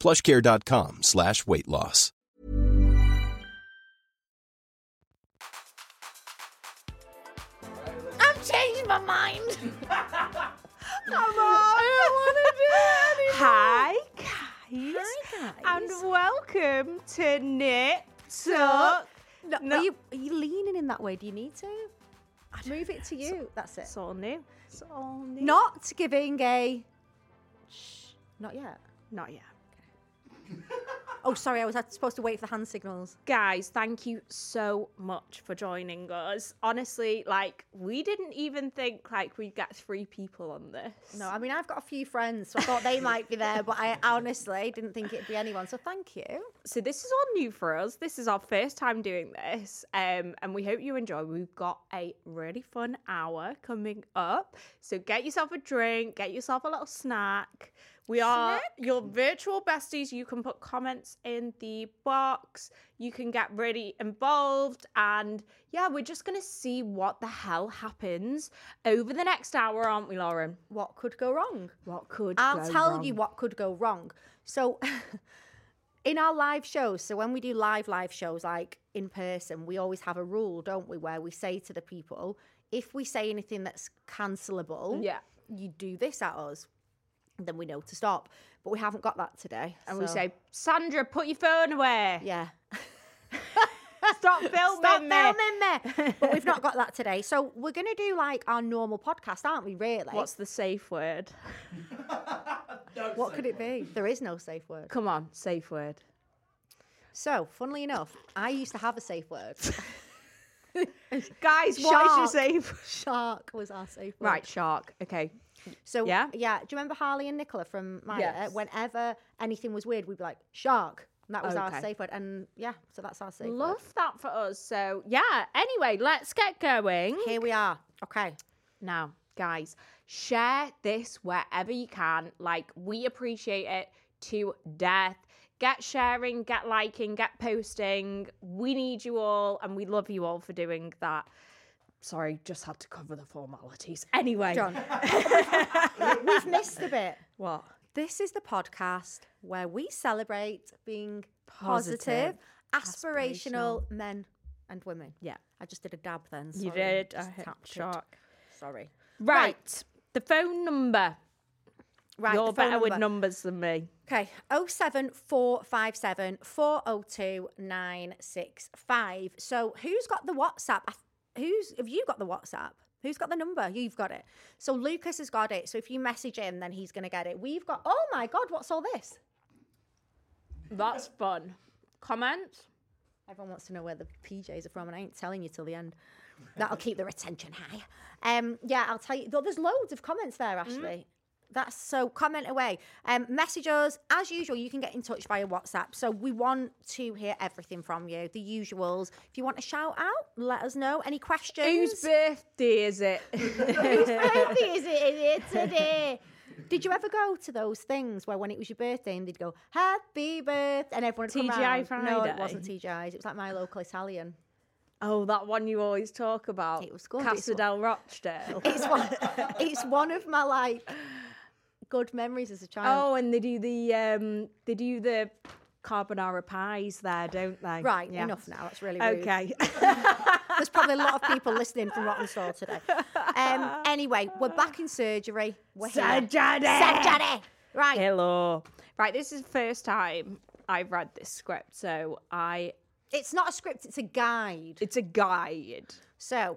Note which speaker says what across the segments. Speaker 1: plushcare.com slash weight loss.
Speaker 2: I've changed my mind. Come on, I don't want to do it anymore. Hi, guys. And welcome to Knit Tuck.
Speaker 3: No,
Speaker 2: No.
Speaker 3: Are, you, are you leaning in that way? Do you need to? Move it to you. That's it.
Speaker 2: It's all new. It's all new.
Speaker 3: Not giving a. Shh. Not yet.
Speaker 2: Not yet.
Speaker 3: Oh, sorry. I was supposed to wait for the hand signals.
Speaker 2: Guys, thank you so much for joining us. Honestly, like we didn't even think like we'd get three people on this.
Speaker 3: No, I mean I've got a few friends, so I thought they might be there, but I honestly didn't think it'd be anyone. So thank you.
Speaker 2: so this is all new for us. This is our first time doing this, um, and we hope you enjoy. We've got a really fun hour coming up, so get yourself a drink, get yourself a little snack. We are your virtual besties. You can put comments in the box. You can get really involved, and yeah, we're just gonna see what the hell happens over the next hour, aren't we, Lauren?
Speaker 3: What could go wrong?
Speaker 2: What could
Speaker 3: I'll
Speaker 2: go
Speaker 3: tell
Speaker 2: wrong?
Speaker 3: you what could go wrong. So, in our live shows, so when we do live live shows, like in person, we always have a rule, don't we, where we say to the people, if we say anything that's cancelable,
Speaker 2: Yeah.
Speaker 3: you do this at us, then we know to stop. But we haven't got that today,
Speaker 2: And we
Speaker 3: so-
Speaker 2: say, Sandra, put your phone away.
Speaker 3: yeah.
Speaker 2: Stop filming
Speaker 3: Stop
Speaker 2: me.
Speaker 3: filming me. but we've not got that today. So we're going to do like our normal podcast, aren't we, really?
Speaker 2: What's the safe word?
Speaker 3: what could it be? There is no safe word.
Speaker 2: Come on, safe word.
Speaker 3: So, funnily enough, I used to have a safe word.
Speaker 2: Guys, what is your safe?
Speaker 3: Shark was our safe word.
Speaker 2: Right, shark. Okay.
Speaker 3: So
Speaker 2: Yeah.
Speaker 3: yeah, yeah. Do you remember Harley and Nicola from Maya?
Speaker 2: Yes.
Speaker 3: Whenever anything was weird, we'd be like shark. And that was
Speaker 2: Okay.
Speaker 3: our safe word. And yeah, so that's our safe
Speaker 2: Love that for us. So, yeah, anyway, let's get going.
Speaker 3: word. Here we are. Okay.
Speaker 2: Now, guys, share this wherever you can. Like, we appreciate it to death. Get sharing, get liking, get posting. We need you all, and we love you all for doing that. Sorry, just had to cover the formalities. Anyway,
Speaker 3: John. We've missed a bit.
Speaker 2: what?
Speaker 3: This is the podcast where we celebrate being
Speaker 2: Positive,
Speaker 3: positive, aspirational, men and women.
Speaker 2: Yeah.
Speaker 3: I just did a dab then.
Speaker 2: You
Speaker 3: sorry,
Speaker 2: did. I
Speaker 3: just
Speaker 2: hit
Speaker 3: tapped it.
Speaker 2: shark.
Speaker 3: Sorry.
Speaker 2: Right. The phone number.
Speaker 3: Right.
Speaker 2: You're
Speaker 3: the phone
Speaker 2: better with
Speaker 3: number.
Speaker 2: numbers than me.
Speaker 3: Okay, 07457 402 965. So who's got the WhatsApp? I th- Who's have you got the WhatsApp? Who's got the number? You've got it. So Lucas has got it. So if you message him, then he's gonna get it. We've got oh my god, what's all this?
Speaker 2: That's fun. Comments?
Speaker 3: Everyone wants to know where the PJs are from, and I ain't telling you till the end. That'll keep their attention high. Um, yeah, I'll tell you. though, There's loads of comments there, Ashley. That's so comment away. Um, message us as usual. You can get in touch via WhatsApp. So we want to hear everything from you. The usuals. If you want a shout out, let us know. Any questions?
Speaker 2: Whose birthday is it?
Speaker 3: Whose birthday is it is it today? Did you ever go to those things where when it was your birthday and they'd go happy birthday and everyone would come
Speaker 2: TGI
Speaker 3: round? No, it
Speaker 2: Friday.
Speaker 3: wasn't TGI's. It was like my local Italian.
Speaker 2: oh, that one you always talk about.
Speaker 3: It was good, it's
Speaker 2: Casa
Speaker 3: what-
Speaker 2: del Rochdale.
Speaker 3: It's one, it's one of my like good memories as a child.
Speaker 2: oh, and they do the um, they do the carbonara pies there, don't they?
Speaker 3: right,
Speaker 2: Yeah.
Speaker 3: enough now. That's really rude.
Speaker 2: Okay.
Speaker 3: There's probably a lot of people listening from Rotten Stall today. Um, anyway, we're back in surgery. We're here.
Speaker 2: Surgery!
Speaker 3: Surgery. Right.
Speaker 2: Hello. Right, this is first time. I read this script, so I
Speaker 3: It's not a script, it's a guide.
Speaker 2: it's a guide.
Speaker 3: So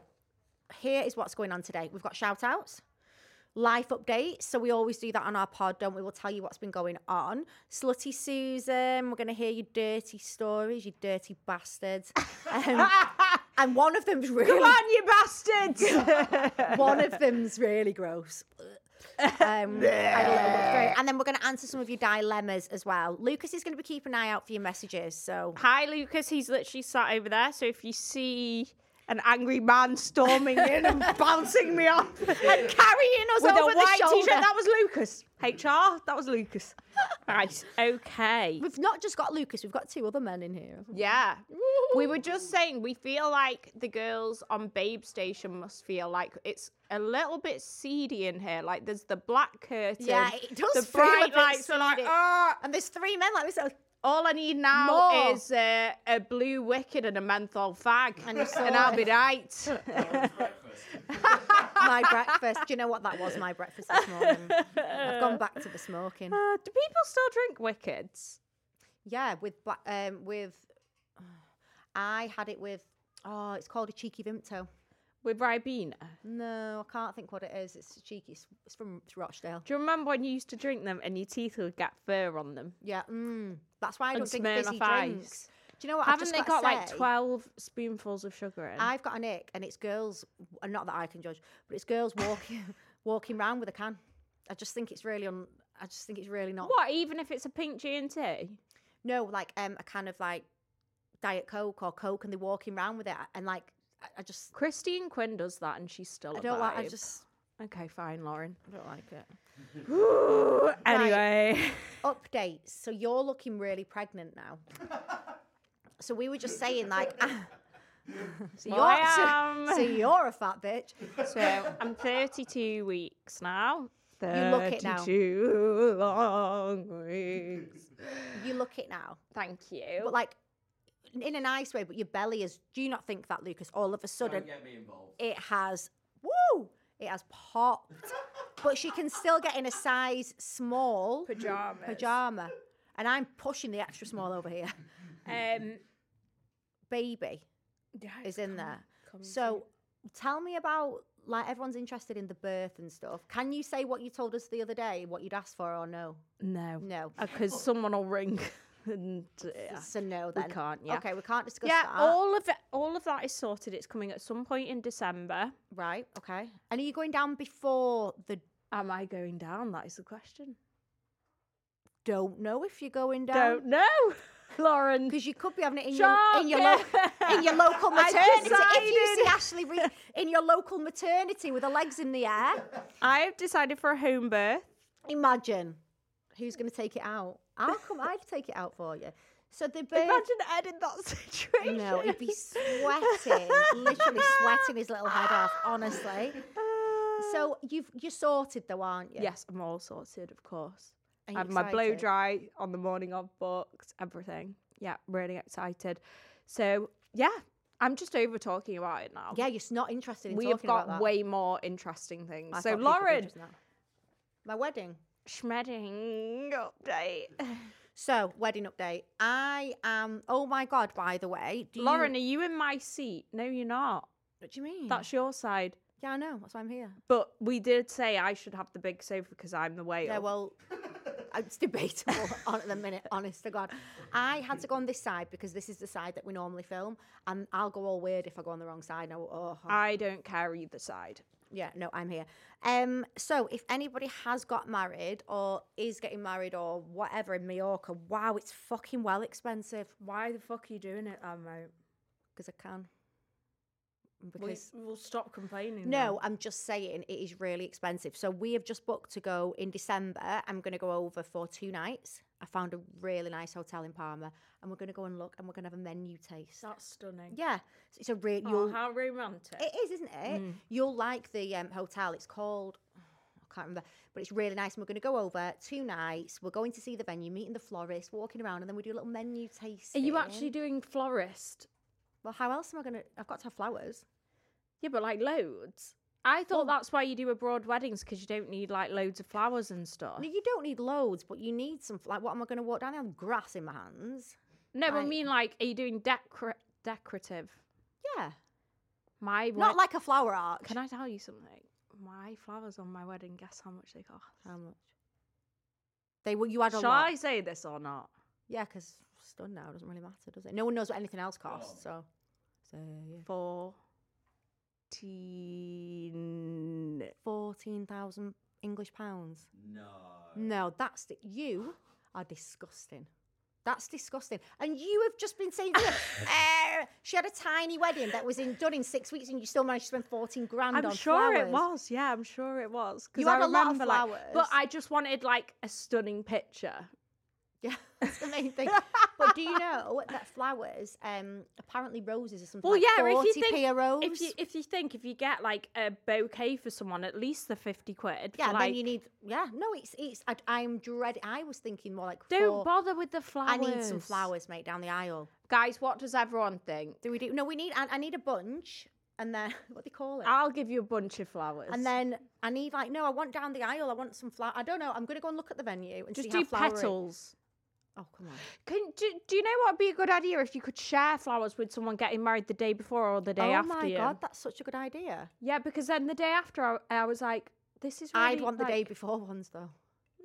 Speaker 3: here is what's going on today. We've got shout outs, life updates. So we always do that on our pod, don't we? We'll tell you what's been going on. Slutty Susan, we're going to hear your dirty stories, you dirty bastards. Um, and one of them's
Speaker 2: Come
Speaker 3: really,
Speaker 2: on, you bastards!
Speaker 3: one of them's really gross. Um, I don't know what's going- and then we're going to answer some of your dilemmas as well. Lucas is going to be keeping an eye out for your messages. So
Speaker 2: Hi, Lucas. He's literally sat over there. So if you see an angry man storming in and bouncing me off and carrying us
Speaker 3: With a
Speaker 2: over the
Speaker 3: white
Speaker 2: shoulder,
Speaker 3: t-shirt.
Speaker 2: that was Lucas. HR, that was Lucas. right. Okay.
Speaker 3: we've not just got Lucas, we've got two other men in here.
Speaker 2: Yeah. We were just saying we feel like the girls on Babe Station must feel like it's a little bit seedy in here. Like there's the black curtain.
Speaker 3: Yeah, it does
Speaker 2: The
Speaker 3: feel a
Speaker 2: bright
Speaker 3: bit
Speaker 2: lights are like,
Speaker 3: seedy.
Speaker 2: ah.
Speaker 3: And there's three men like this. so-
Speaker 2: All I need now
Speaker 3: More.
Speaker 2: is uh, a blue wicked and a menthol fag,
Speaker 3: And
Speaker 2: and, Uh,
Speaker 3: you saw
Speaker 2: I'll
Speaker 3: it.
Speaker 2: be right.
Speaker 3: "Oh, my breakfast. Do you know what that was? My breakfast this morning. I've gone back to the smoking.
Speaker 2: Uh, do people still drink wickets?
Speaker 3: Yeah, with ba- um with. I had it with. Oh, it's called a cheeky vimto.
Speaker 2: With Ribena?
Speaker 3: No, I can't think what it is. It's cheeky. It's, it's from it's Rochdale.
Speaker 2: Do you remember when you used to drink them and your teeth would get fur on them?
Speaker 3: Yeah, mm, that's why I
Speaker 2: And
Speaker 3: don't drink
Speaker 2: Smirnoff
Speaker 3: fizzy
Speaker 2: Ice.
Speaker 3: drinks. Do you know what? I've
Speaker 2: Haven't
Speaker 3: just
Speaker 2: they got
Speaker 3: gotta
Speaker 2: like
Speaker 3: say,
Speaker 2: 12 spoonfuls of sugar in?
Speaker 3: I've got an ick, and it's girls. And not that I can judge, but it's girls walking walking round with a can. I just think it's really un. I just think it's really not.
Speaker 2: What, even if it's a pink G&T?
Speaker 3: No, like um, a kind of like diet coke or coke, and they're walking around with it, and like I, I just
Speaker 2: Christine Quinn does that and she's still
Speaker 3: I
Speaker 2: a
Speaker 3: don't like. I
Speaker 2: vibe.
Speaker 3: just
Speaker 2: Okay, fine, Lauren.
Speaker 3: I don't like it.
Speaker 2: Anyway.
Speaker 3: Updates. So you're looking really pregnant now. so we were just saying like. so,
Speaker 2: Well, I
Speaker 3: you're, so-
Speaker 2: am.
Speaker 3: so you're a fat bitch.
Speaker 2: So I'm 32 weeks now.
Speaker 3: look it now.
Speaker 2: 32 long weeks.
Speaker 3: You look it now,
Speaker 2: Thank you.
Speaker 3: but like in a nice way. But your belly is. Do you not think that, Lucas? All of a sudden, it has. Woo! It has popped. but she can still get in a size small.
Speaker 2: Pajamas.
Speaker 3: pajama, and I'm pushing the extra small over here.
Speaker 2: Um,
Speaker 3: Baby is in there. So tell me about like everyone's interested in the birth and stuff. Can you say what you told us the other day, what you'd asked for, or no?
Speaker 2: no.
Speaker 3: No.
Speaker 2: Because someone will ring and uh, yeah.
Speaker 3: So no, then
Speaker 2: can't, yeah.
Speaker 3: Okay, we can't discuss
Speaker 2: Yeah,
Speaker 3: that.
Speaker 2: all of it, all of that is sorted. It's coming at some point in December.
Speaker 3: right. Okay. And are you going down before the?
Speaker 2: Am I going down? That is the question.
Speaker 3: Don't know if you're going
Speaker 2: Don't
Speaker 3: down
Speaker 2: know, Lauren.
Speaker 3: because you could be having it in your in your, lo-
Speaker 2: Shocking.
Speaker 3: in your local
Speaker 2: I've
Speaker 3: maternity. If you see
Speaker 2: decided.
Speaker 3: Ashley Reed in your local maternity with her legs in the air.
Speaker 2: I have decided for a home birth.
Speaker 3: Imagine who's going to take it out. I'll come. I'd take it out for you. So the bird.
Speaker 2: Imagine Ed in that situation.
Speaker 3: no, he'd be sweating, literally sweating his little head off. Honestly. So you've you're sorted though, aren't you?
Speaker 2: Yes, I'm all sorted, of course. I
Speaker 3: Are you
Speaker 2: have my blow
Speaker 3: excited?
Speaker 2: dry on the morning of books, everything. Yeah, really excited. So yeah, I'm just over talking about it now.
Speaker 3: Yeah, you're s- not interested in
Speaker 2: we have
Speaker 3: talking about
Speaker 2: got
Speaker 3: that.
Speaker 2: way more interesting things.
Speaker 3: I
Speaker 2: so
Speaker 3: thought people were
Speaker 2: Lauren,
Speaker 3: interested in that. my wedding.
Speaker 2: shredding update.
Speaker 3: So wedding update. I am. Oh my god! By the way, do
Speaker 2: Lauren,
Speaker 3: you,
Speaker 2: are you in my seat? No, you're not.
Speaker 3: what do you mean?
Speaker 2: That's your side.
Speaker 3: yeah, I know. That's why I'm here.
Speaker 2: But we did say I should have the big sofa because I'm the whale.
Speaker 3: Yeah, well, it's debatable on at the minute, honest to God. I had to go on this side because this is the side that we normally film, and I'll go all weird if I go on the wrong side. Now, oh,
Speaker 2: I don't care either side.
Speaker 3: yeah, no, I'm here. Um, so if anybody has got married or is getting married or whatever in Mallorca, wow, it's fucking well expensive
Speaker 2: Why the fuck are you doing it, I'm out.
Speaker 3: because I can.
Speaker 2: We'll,
Speaker 3: Because
Speaker 2: we'll stop complaining. then.
Speaker 3: No, I'm just saying it is really expensive. So we have just booked to go in December. I'm going to go over for two nights. I found a really nice hotel in Parma, and we're going to go and look, and we're going to have a menu taste.
Speaker 2: That's stunning.
Speaker 3: Yeah, so it's a real.
Speaker 2: Oh,
Speaker 3: you'll
Speaker 2: how Mm. romantic.
Speaker 3: it is, isn't it? You'll like the um, hotel. It's called. I can't remember, but it's really nice. And we're going to go over two nights. We're going to see the venue, meeting the florist, walking around, and then we do a little menu taste.
Speaker 2: Are you actually doing florist?
Speaker 3: Well, how else am I going to? I've got to have flowers.
Speaker 2: Yeah, but like loads. I thought that's why you do abroad weddings because you don't need like loads of flowers and stuff.
Speaker 3: No, you don't need loads, but you need some. Like, what am I going to walk down there with grass in my hands?
Speaker 2: No, but I
Speaker 3: I-
Speaker 2: mean like, are you doing decor- decorative?
Speaker 3: Yeah,
Speaker 2: My wed-
Speaker 3: not like a flower arc.
Speaker 2: Can I tell you something? My flowers on my wedding. Guess how much they cost?
Speaker 3: How much? They were. You had a
Speaker 2: Shall
Speaker 3: lot.
Speaker 2: I say this or not?
Speaker 3: Yeah, because it's done now. It doesn't really matter, does it? No one knows what anything else costs. So, so yeah.
Speaker 2: Fourteen.
Speaker 3: fourteen thousand English pounds. No. No, that's the, you are disgusting. That's disgusting. And you have just been saying, to them, "Eh, she had a tiny wedding that was in, done in six weeks, and you still managed to spend fourteen grand
Speaker 2: I'm
Speaker 3: on
Speaker 2: sure it
Speaker 3: flowers."
Speaker 2: was. Yeah, I'm sure it was. 'cause
Speaker 3: You
Speaker 2: I
Speaker 3: had a lot of
Speaker 2: remember, like- but
Speaker 3: flowers.
Speaker 2: I just wanted like a stunning picture.
Speaker 3: Yeah, that's the main thing. but do you know that flowers, um, apparently roses are something
Speaker 2: Well,
Speaker 3: like
Speaker 2: yeah. If
Speaker 3: 40p
Speaker 2: you think
Speaker 3: a rose.
Speaker 2: if you if you think if you get like a bouquet for someone, at least the fifty quid. for,
Speaker 3: yeah,
Speaker 2: like,
Speaker 3: then you need, yeah, no, it's, it's, I, I'm dread. I was thinking more like,
Speaker 2: Don't
Speaker 3: four-
Speaker 2: bother with the flowers.
Speaker 3: I need some flowers, mate, down the aisle.
Speaker 2: guys. What does everyone think?
Speaker 3: Do we do? No, we need. I, I need a bunch, and then what do they call it?
Speaker 2: I'll give you a bunch of flowers,
Speaker 3: and then I need like no, I want down the aisle. I want some flower. I don't know. I'm gonna go and look at the venue and
Speaker 2: just
Speaker 3: see
Speaker 2: do
Speaker 3: how flowery-
Speaker 2: petals.
Speaker 3: Oh come on!
Speaker 2: Can do, do you know what would be a good idea if you could share flowers with someone getting married the day before or the day
Speaker 3: oh
Speaker 2: after
Speaker 3: my
Speaker 2: you?
Speaker 3: god, that's such a good idea.
Speaker 2: Yeah, because then the day after, I, I was like, this is.
Speaker 3: I'd
Speaker 2: really,
Speaker 3: want the day
Speaker 2: like-
Speaker 3: before ones though.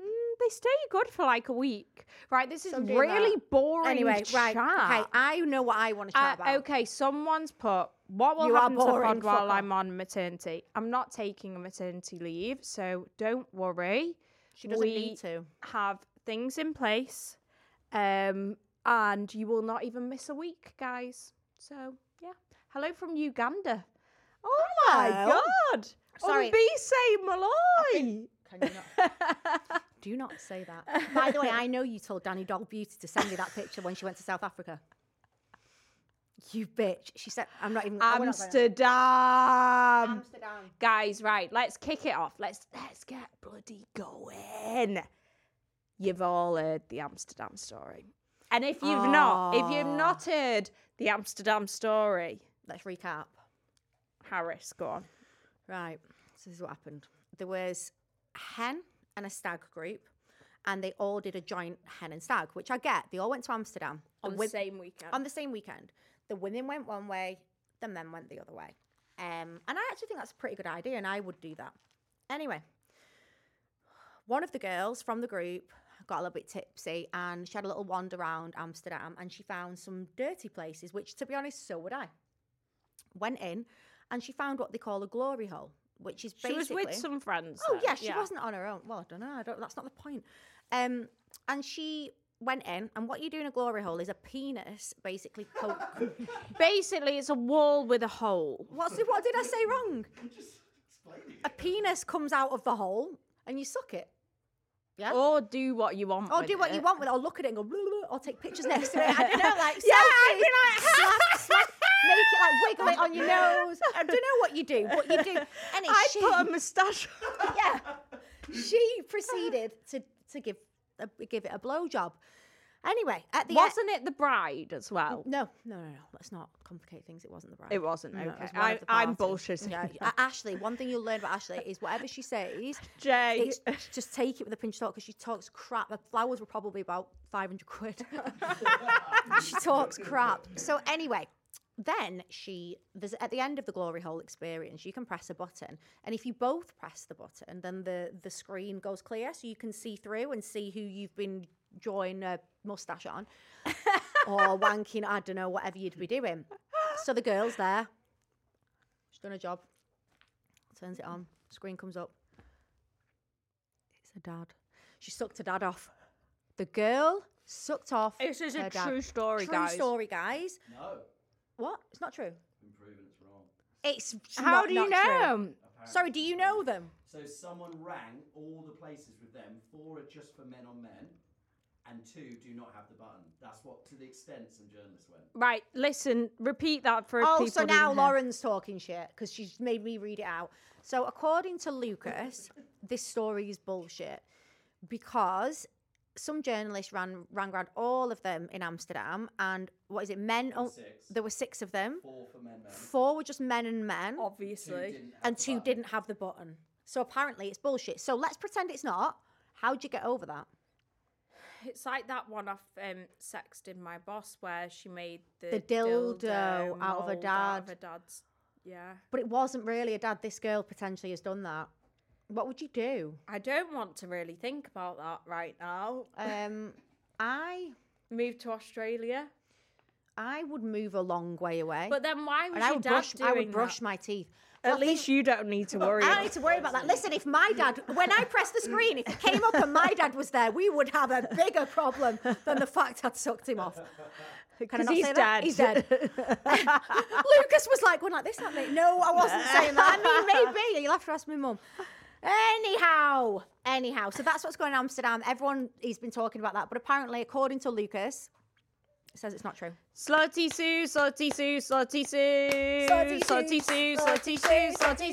Speaker 2: Mm, they stay good for like a week, right? This is
Speaker 3: So I'm doing
Speaker 2: really
Speaker 3: that.
Speaker 2: boring.
Speaker 3: Anyway,
Speaker 2: chat.
Speaker 3: right? Okay, I know what I want to
Speaker 2: Uh,
Speaker 3: chat about.
Speaker 2: okay, someone's put what will
Speaker 3: You are
Speaker 2: happen to the
Speaker 3: boring,
Speaker 2: pod while
Speaker 3: fuck
Speaker 2: I'm on maternity. I'm not taking a maternity leave, so don't worry.
Speaker 3: She doesn't
Speaker 2: we
Speaker 3: need to.
Speaker 2: Have things in place, um, and you will not even miss a week, guys. So yeah, hello from Uganda. Oh
Speaker 3: Hello.
Speaker 2: my god!
Speaker 3: Sorry.
Speaker 2: Umbise Malloy.
Speaker 3: Can you not? Do not say that. By the way, I know you told Danny Doll Beauty to send me that picture when she went to South Africa. You bitch. She said, I'm not even.
Speaker 2: Oh,
Speaker 3: I will not go there.
Speaker 2: Amsterdam.
Speaker 3: Amsterdam.
Speaker 2: Guys, right, let's kick it off. Let's let's get bloody going. You've all heard the Amsterdam story. And if you've not, if you've not heard the Amsterdam story,
Speaker 3: Let's recap.
Speaker 2: Harris, go on.
Speaker 3: Right. So this is what happened. There was a hen and a stag group, and they all did a joint hen and stag, which I get. They all went to Amsterdam And with-
Speaker 2: same weekend.
Speaker 3: on the same weekend. The women went one way, the men went the other way. Um, and I actually think that's a pretty good idea, and I would do that. Anyway, one of the girls from the group got a little bit tipsy and she had a little wander around Amsterdam and she found some dirty places, which, to be honest, so would I. Went in and she found what they call a glory hole, which is
Speaker 2: she was
Speaker 3: basically.
Speaker 2: with some friends.
Speaker 3: Oh
Speaker 2: then,
Speaker 3: yeah, she wasn't on her own. Well, I don't know. I don't. That's not the point. Um, and she went in, and what you do in a glory hole is a penis basically poke.
Speaker 2: Basically, it's a wall with a hole.
Speaker 3: What's the, what did I say wrong? A penis comes out of the hole, and you suck it. Yeah. Or,
Speaker 2: Or do what you want. with
Speaker 3: do what
Speaker 2: it.
Speaker 3: you want with it, or look at it and go, "Blah, blah, blah," or take pictures next to it. I don't know, like,
Speaker 2: Yeah, I'd be
Speaker 3: selfie,
Speaker 2: like-
Speaker 3: slap, slap, make it like wiggle it on your nose. I don't know what you do, what you do. And
Speaker 2: I
Speaker 3: it's she,
Speaker 2: put a moustache.
Speaker 3: yeah. She proceeded to to give a, give it a blowjob. Anyway, at the e-
Speaker 2: Wasn't it the bride as well?
Speaker 3: no, no, no, no. Let's not complicate things. It wasn't the bride.
Speaker 2: It wasn't.
Speaker 3: No, it
Speaker 2: Okay,
Speaker 3: was one of
Speaker 2: I,
Speaker 3: the
Speaker 2: I'm
Speaker 3: party.
Speaker 2: bullshitting.
Speaker 3: Yeah,
Speaker 2: now.
Speaker 3: A- Ashley, one thing you'll learn about Ashley is whatever she says,
Speaker 2: Jay.
Speaker 3: it's- just take it with a pinch of salt because she talks crap. The flowers were probably about 500 quid. she talks crap. So, anyway. Then she there's at the end of the glory hole experience you can press a button and if you both press the button then the the screen goes clear so you can see through and see who you've been drawing a mustache on or wanking I don't know whatever you'd be doing so the girl's there she's done her job turns it on screen comes up it's her dad. She sucked her dad off. The girl sucked off.
Speaker 2: This is a
Speaker 3: her dad.
Speaker 2: true story,
Speaker 3: true
Speaker 2: guys.
Speaker 3: story, guys. No. What? It's not true. It's
Speaker 2: How
Speaker 3: not-
Speaker 2: do you
Speaker 3: not true.
Speaker 2: know?
Speaker 3: Sorry, do you know them?
Speaker 4: So someone rang all the places with them. Four are just for men on men, and two do not have the button. That's what, to the extent, some journalists went.
Speaker 2: Right, listen, repeat that for
Speaker 3: Oh,
Speaker 2: people.
Speaker 3: so
Speaker 2: who didn't
Speaker 3: now
Speaker 2: hear.
Speaker 3: Lauren's talking shit because she's made me read it out. So according to Lucas, this story is bullshit because some journalists ran ran around all of them in Amsterdam, and what is it? Men. Oh,
Speaker 4: Six.
Speaker 3: there were six of them.
Speaker 4: Four for men, men.
Speaker 3: Four were just men and men,
Speaker 4: Two
Speaker 5: Obviously.
Speaker 4: didn't have
Speaker 3: and
Speaker 4: the
Speaker 3: two
Speaker 4: button.
Speaker 3: didn't have the button. So apparently it's bullshit. So let's pretend it's not. How'd you get over that?
Speaker 2: It's like that one off um, Sexted My Boss where she made the,
Speaker 3: The dildo out of a
Speaker 2: mold out of
Speaker 3: dad.
Speaker 2: a dad's. Yeah.
Speaker 3: But it wasn't really a dad. This girl potentially has done that. What would you do?
Speaker 2: I don't want to really think about that right now.
Speaker 3: Um, I
Speaker 2: Move to Australia.
Speaker 3: I would move a long way away.
Speaker 2: But then why was
Speaker 3: and
Speaker 2: your
Speaker 3: I would
Speaker 2: dad
Speaker 3: brush
Speaker 2: doing
Speaker 3: I would brush
Speaker 2: that?
Speaker 3: my teeth.
Speaker 2: At
Speaker 3: Well, think-
Speaker 2: least you don't need to worry.
Speaker 3: I don't need to worry about that. Listen, if my dad, when I pressed the screen, if it came up and my dad was there, we would have a bigger problem than the fact I'd sucked him off. Can I
Speaker 2: 'Cause
Speaker 3: not
Speaker 2: he's
Speaker 3: say that?
Speaker 2: dead.
Speaker 3: He's dead. Lucas was like, "One like this, that mate." No, I wasn't saying that. I mean, maybe you'll have to ask my mum. Anyhow, anyhow, so that's what's going on in Amsterdam. Everyone he's been talking about that, but apparently, according to Lucas, it says it's not true.
Speaker 2: Slutty Sue, Slutty Sue, Slutty Sue.
Speaker 3: Slutty
Speaker 2: Slutty Sue,
Speaker 3: Sue,
Speaker 2: Slutty Sue, Slutty
Speaker 3: Slutty Sue,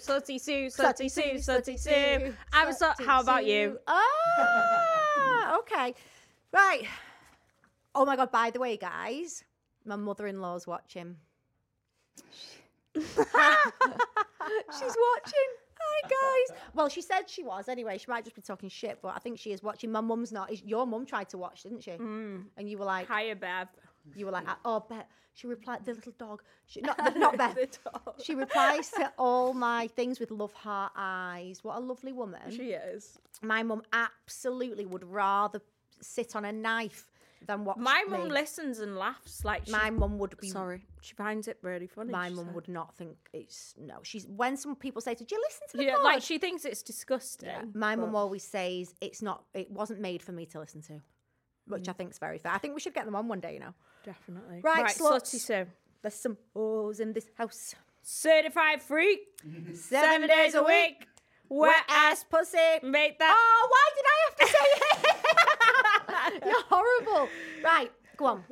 Speaker 2: Sue. Slutty Sue, Slutty Sue, Slutty Sue. I was so, how about you?
Speaker 3: Oh, okay. Right. Oh my God, by the way, guys, my mother in law's watching. She's watching. Hi, guys. Well, she said she was anyway. She might just be talking shit, but I think she is watching. My mum's not. Is- Your mum tried to watch, didn't she?
Speaker 2: Mm.
Speaker 3: And you were like,
Speaker 2: Hiya, Bev.
Speaker 3: you were like,
Speaker 2: Mm.
Speaker 3: oh, Beth. She replied, the little dog. She, not, not Beth. She replies to all my things with love heart eyes. What a lovely woman
Speaker 5: She is.
Speaker 3: my mum absolutely would rather sit on a knife than watch
Speaker 2: My mum
Speaker 3: me.
Speaker 2: listens and laughs like she's
Speaker 3: my mum would be
Speaker 2: Sorry, she finds it really funny.
Speaker 3: my
Speaker 2: she
Speaker 3: mum
Speaker 2: said.
Speaker 3: would not think it's no she's when some people say did you listen to the
Speaker 2: Yeah,
Speaker 3: pod?
Speaker 2: like she thinks it's disgusting.
Speaker 3: my mum always says it's not it wasn't made for me to listen to which I think's very fair I think we should get them on one day you know
Speaker 2: Mm. Definitely.
Speaker 3: Right,
Speaker 2: Slutty
Speaker 3: sluts.
Speaker 2: Sue.
Speaker 3: there's some hoes in this house
Speaker 2: Certified freak,
Speaker 3: seven days a week
Speaker 2: Wet ass
Speaker 3: ass pussy
Speaker 2: Make that.
Speaker 3: oh why did I have to say it Mm. you're horrible right go on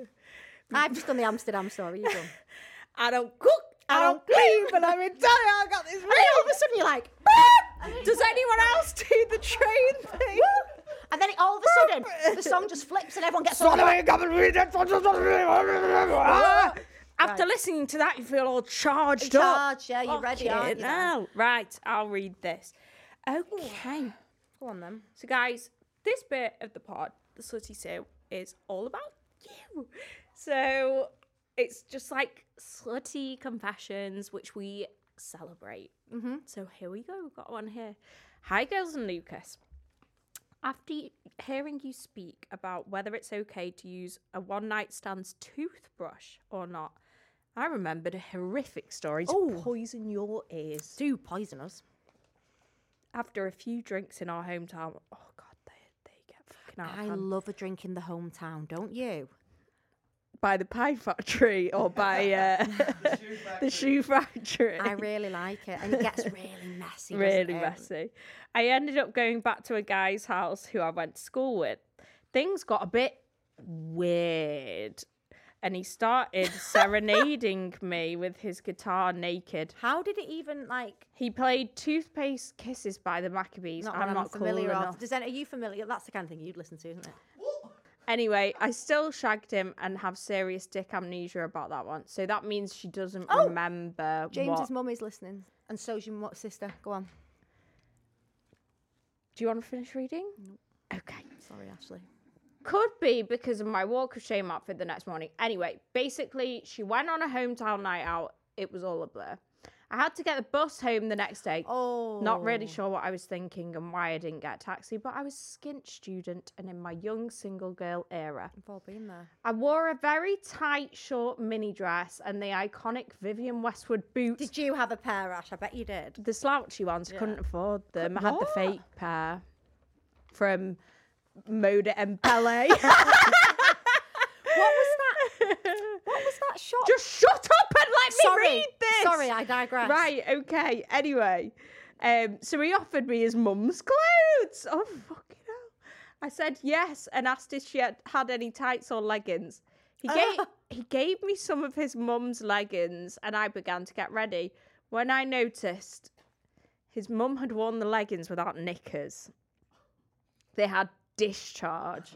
Speaker 3: I've just done the Amsterdam story you go on.
Speaker 2: I don't cook. I don't
Speaker 3: clean, but I'm in I got this. And then all of a sudden you're like,
Speaker 2: clean. Does anyone else do the train thing?
Speaker 3: and then it, all of a sudden the song just flips and everyone gets on.
Speaker 2: After listening to that, you feel all charged, up.
Speaker 3: Charged, yeah, you're ready,
Speaker 2: Fucking
Speaker 3: aren't you, then?
Speaker 2: hell. Right, I'll read this. Okay.
Speaker 3: Go on then.
Speaker 2: So, guys, this bit of the pod, the Slutty Sue, is all about you. So, it's just like slutty confessions, which we celebrate. Mm-hmm. So, here we go. We've got one here. Hi, girls and Lucas. After y- hearing you speak about whether it's okay to use a one night stand's toothbrush or not, I remembered a horrific story to poison your ears
Speaker 3: Do poison us.
Speaker 2: after a few drinks in our hometown. Oh God, they they get fucking out of
Speaker 3: I
Speaker 2: hand.
Speaker 3: love a drink in the hometown, don't you?
Speaker 2: by the pie factory or by uh, the shoe factory.
Speaker 3: I really um, like it, and it gets really messy. doesn't
Speaker 2: really
Speaker 3: it?
Speaker 2: messy. I ended up going back to a guy's house who I went to school with. Things got a bit weird. And he started serenading me with his guitar naked.
Speaker 3: How did it even like?
Speaker 2: He played Toothpaste Kisses by the Maccabees.
Speaker 3: Not one
Speaker 2: I'm
Speaker 3: I'm
Speaker 2: not cool
Speaker 3: familiar with.
Speaker 2: enough.
Speaker 3: Does any, are you familiar? That's the kind of thing you'd listen to, isn't it?
Speaker 2: Anyway, I still shagged him and have serious dick amnesia about that one. So that means she doesn't
Speaker 3: Oh!
Speaker 2: remember
Speaker 3: James's
Speaker 2: what.
Speaker 3: mum is listening, and so's your mu- sister. Go on.
Speaker 2: Do you want to finish reading? Okay.
Speaker 3: Sorry, Ashley.
Speaker 2: Could be because of my walk of shame outfit the next morning. Anyway, basically, she went on a hometown night out. It was all a blur. I had to get the bus home the next day.
Speaker 3: Oh,
Speaker 2: Not really sure what I was thinking and why I didn't get a taxi, but I was a skint student and in my young single girl era.
Speaker 3: I've all been there.
Speaker 2: I wore a very tight, short mini dress and the iconic Vivian Westwood boots.
Speaker 3: Did you have a pair, Ash? I bet you did.
Speaker 2: the slouchy ones, I couldn't afford them. I had the fake pair from Moda and Ballet.
Speaker 3: What was that? What was that shot?
Speaker 2: Just shut up and let me
Speaker 3: sorry.
Speaker 2: read this.
Speaker 3: Sorry, I digress.
Speaker 2: Right, okay. Anyway, um, so he offered me his mum's clothes. Oh, fucking hell. I said yes and asked if she had, had any tights or leggings. He gave, he gave me some of his mum's leggings and I began to get ready. When I noticed his mum had worn the leggings without knickers, they had discharge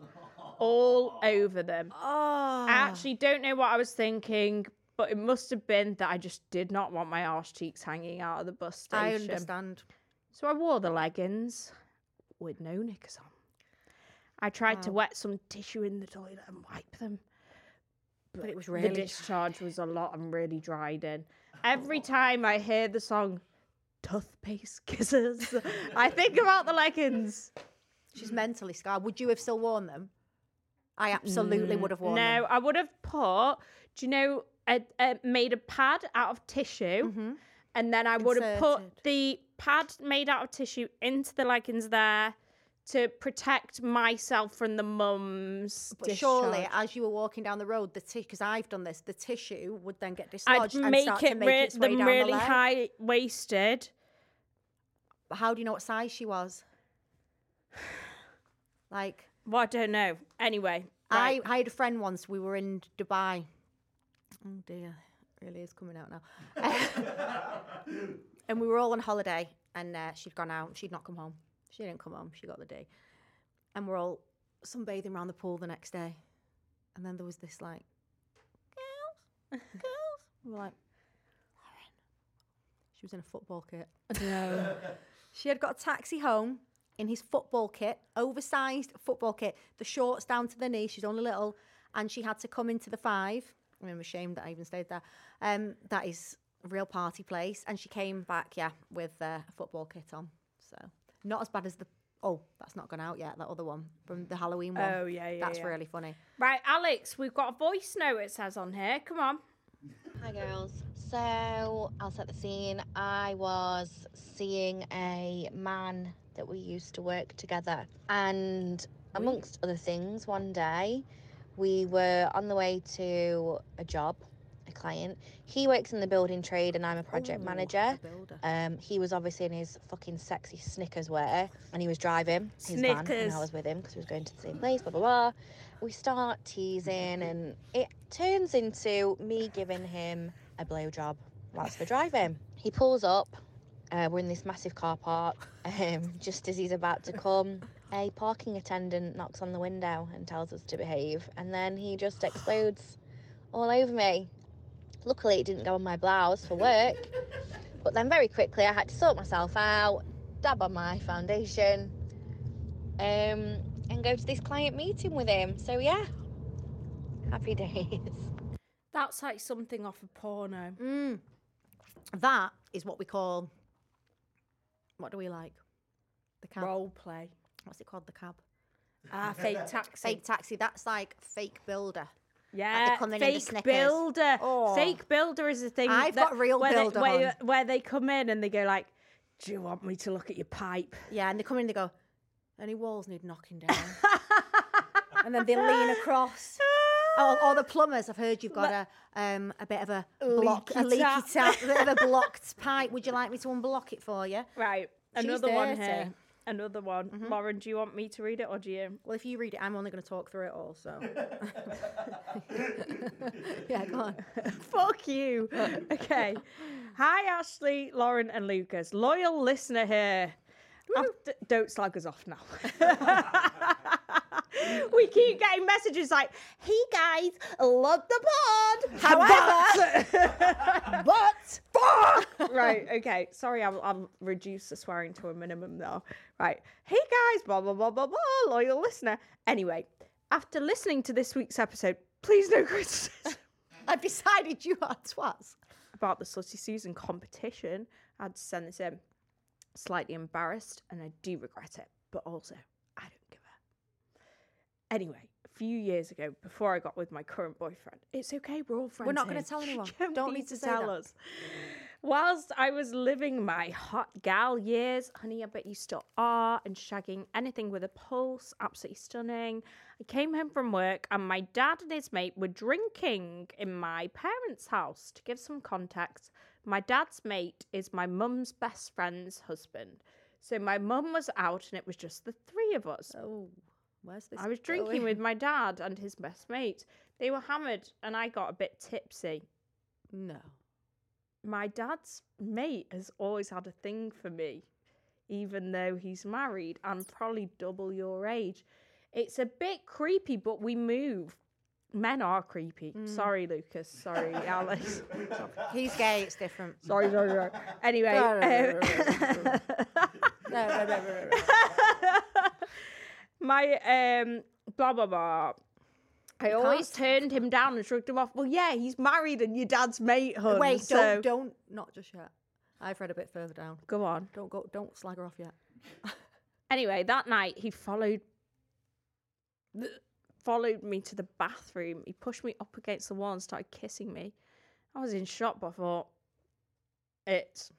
Speaker 2: all over them.
Speaker 3: Ah.
Speaker 2: I actually don't know what I was thinking, but it must have been that I just did not want my arse cheeks hanging out of the bus station.
Speaker 3: I understand.
Speaker 2: So I wore the leggings with no knickers on. I tried to wet some tissue in the toilet and wipe them.
Speaker 3: But it was
Speaker 2: The
Speaker 3: really
Speaker 2: discharge was a lot and really dried in. Every time I hear the song Toothpaste Kisses, I think about the leggings.
Speaker 3: She's mentally scarred. Would you have still worn them? I absolutely would have worn them.
Speaker 2: Mm, No, I would have put, do you know, I, uh made a pad out of tissue. And then I would have put
Speaker 3: Mm-hmm. Inserted.
Speaker 2: the pad made out of tissue into the leggings there to protect myself from the mum's.
Speaker 3: But surely,
Speaker 2: discharge.
Speaker 3: as you were walking down the road, the because I've done this, the tissue would then get
Speaker 2: I'd
Speaker 3: dislodged and
Speaker 2: make
Speaker 3: start to
Speaker 2: it
Speaker 3: make
Speaker 2: re-
Speaker 3: its way
Speaker 2: them
Speaker 3: down
Speaker 2: really
Speaker 3: the leg.
Speaker 2: high waisted.
Speaker 3: But how do you know what size she was? Like,
Speaker 2: Well, I don't know. Anyway, right.
Speaker 3: I, I had a friend once. We were in Dubai. Oh dear, it really is coming out now. and we were all on holiday, and uh, she'd gone out. She'd not come home. She didn't come home. She got the D. And we're all sunbathing around the pool the next day. And then there was this like, girls, girls. We're like, Lauren. She was in a football kit. She had got a taxi home in his football kit, oversized football kit, the shorts down to the knee. She's only little, and she had to come into the five. I mean, I'm ashamed that I even stayed there. Um, that is a real party place. And she came back, yeah, with uh, a football kit on. So not as bad as the. Oh, that's not gone out yet. That other one from the Halloween one.
Speaker 2: Oh, yeah, yeah,
Speaker 3: That's
Speaker 2: yeah.
Speaker 3: really funny.
Speaker 2: right, Alex, we've got a voice note. It says on here. Come on.
Speaker 5: Hi, girls. So I'll set the scene. I was seeing a man that we used to work together, and amongst other things, one day we were on the way to a job, a client. He works in the building trade, and I'm a project manager. Um, he was obviously in his fucking sexy Snickers wear, and he was driving his van, and
Speaker 2: Snickers.
Speaker 5: I was with him because we was going to the same place. Blah blah blah. We start teasing, and it turns into me giving him a blowjob whilst we're driving. He pulls up. Uh, we're in this massive car park. Um, just as he's about to come, a parking attendant knocks on the window and tells us to behave, and then he just explodes all over me. Luckily, it didn't go on my blouse for work. But then very quickly, I had to sort myself out, dab on my foundation, um, and go to this client meeting with him. So yeah, happy days.
Speaker 2: That's like something off a porno.
Speaker 3: Mm. That is what we call. What do we like? The cab.
Speaker 2: Role play.
Speaker 3: What's it called? The cab.
Speaker 2: Ah, fake taxi.
Speaker 3: Fake taxi. That's like fake builder.
Speaker 2: yeah,
Speaker 3: come in in the
Speaker 2: fake
Speaker 3: Snickers.
Speaker 2: builder.
Speaker 3: Oh.
Speaker 2: Fake builder is a thing.
Speaker 3: I've
Speaker 2: that-
Speaker 3: got real
Speaker 2: where
Speaker 3: builder
Speaker 2: They, where,
Speaker 3: on.
Speaker 2: where they come in and they go like, "Do you want me to look at your pipe?"
Speaker 3: Yeah, and they come in and they go, any walls need knocking down? and then they lean across. Or, or the plumbers, I've heard you've got a um, a bit of a block, a
Speaker 2: Leaky
Speaker 3: leaky
Speaker 2: tap.
Speaker 3: tap, a bit of a blocked pipe. Would you like me to unblock it for you?
Speaker 2: Right.
Speaker 3: She's
Speaker 2: Another one
Speaker 3: dirty.
Speaker 2: here. Another one.
Speaker 3: Mm-hmm.
Speaker 2: Lauren, do you want me to read it or do you?
Speaker 3: Well, if you read it, I'm only going to talk through it all. So, yeah, go on.
Speaker 2: Fuck you. okay. Hi, Ashley, Lauren, and Lucas. Loyal listener here. After, don't slag us off now. we keep getting messages like, hey guys, love the pod. However, but, fuck. right, okay. Sorry, I'll, I'll reduce the swearing to a minimum now. Right. Hey guys, blah, blah, blah, blah, blah, loyal listener. Anyway, after listening to this week's episode, please no criticism
Speaker 3: I've decided you are twats.
Speaker 2: about the Slutty Susan competition, I had to send this in. Slightly embarrassed, and I do regret it, but also I don't give a. Anyway, a few years ago, before I got with my current boyfriend, it's okay, we're all friends.
Speaker 3: We're not gonna
Speaker 2: here.
Speaker 3: tell
Speaker 2: You
Speaker 3: anyone.
Speaker 2: don't,
Speaker 3: Don't
Speaker 2: need,
Speaker 3: need
Speaker 2: to,
Speaker 3: to say
Speaker 2: tell
Speaker 3: that.
Speaker 2: us. Whilst I was living my hot gal years, honey, I bet you still are, and shagging anything with a pulse, absolutely stunning. I came home from work and my dad and his mate were drinking in my parents' house. To give some context, my dad's mate is my mum's best friend's husband. So my mum was out and it was just the three of us.
Speaker 3: Oh, where's this?
Speaker 2: I was drinking with my dad and his best mate. They were hammered and I got a bit tipsy
Speaker 3: No.
Speaker 2: my dad's mate has always had a thing for me, even though he's married and probably double your age. It's a bit creepy, but we move. Men are creepy.
Speaker 3: Mm.
Speaker 2: Sorry, Lucas. Sorry, Alice.
Speaker 3: He's gay. It's different.
Speaker 2: sorry, sorry, sorry. Anyway, um,
Speaker 3: No, no, no, no, no, no.
Speaker 2: my um, blah blah blah. I always turned him down and shrugged him off. Well, yeah, he's married and your dad's mate, hun.
Speaker 3: Wait,
Speaker 2: so
Speaker 3: don't, don't, not just yet. I've read a bit further down.
Speaker 2: go on.
Speaker 3: Don't go, don't slag her off yet.
Speaker 2: Anyway, that night he followed followed me to the bathroom. He pushed me up against the wall and started kissing me. I was in shock, but I thought it.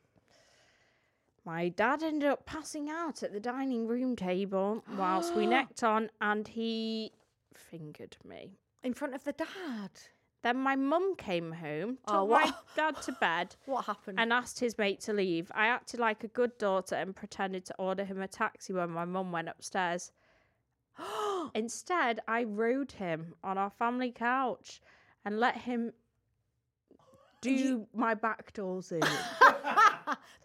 Speaker 2: My dad ended up passing out at the dining room table whilst we necked on, and he fingered me.
Speaker 3: In front of the dad.
Speaker 2: Then my mum came home, took
Speaker 3: Oh,
Speaker 2: my
Speaker 3: what-
Speaker 2: dad to bed,
Speaker 3: What happened?
Speaker 2: and asked his mate to leave. I acted like a good daughter and pretended to order him a taxi when my mum went upstairs. Instead, I rode him on our family couch and let him do my back doors in.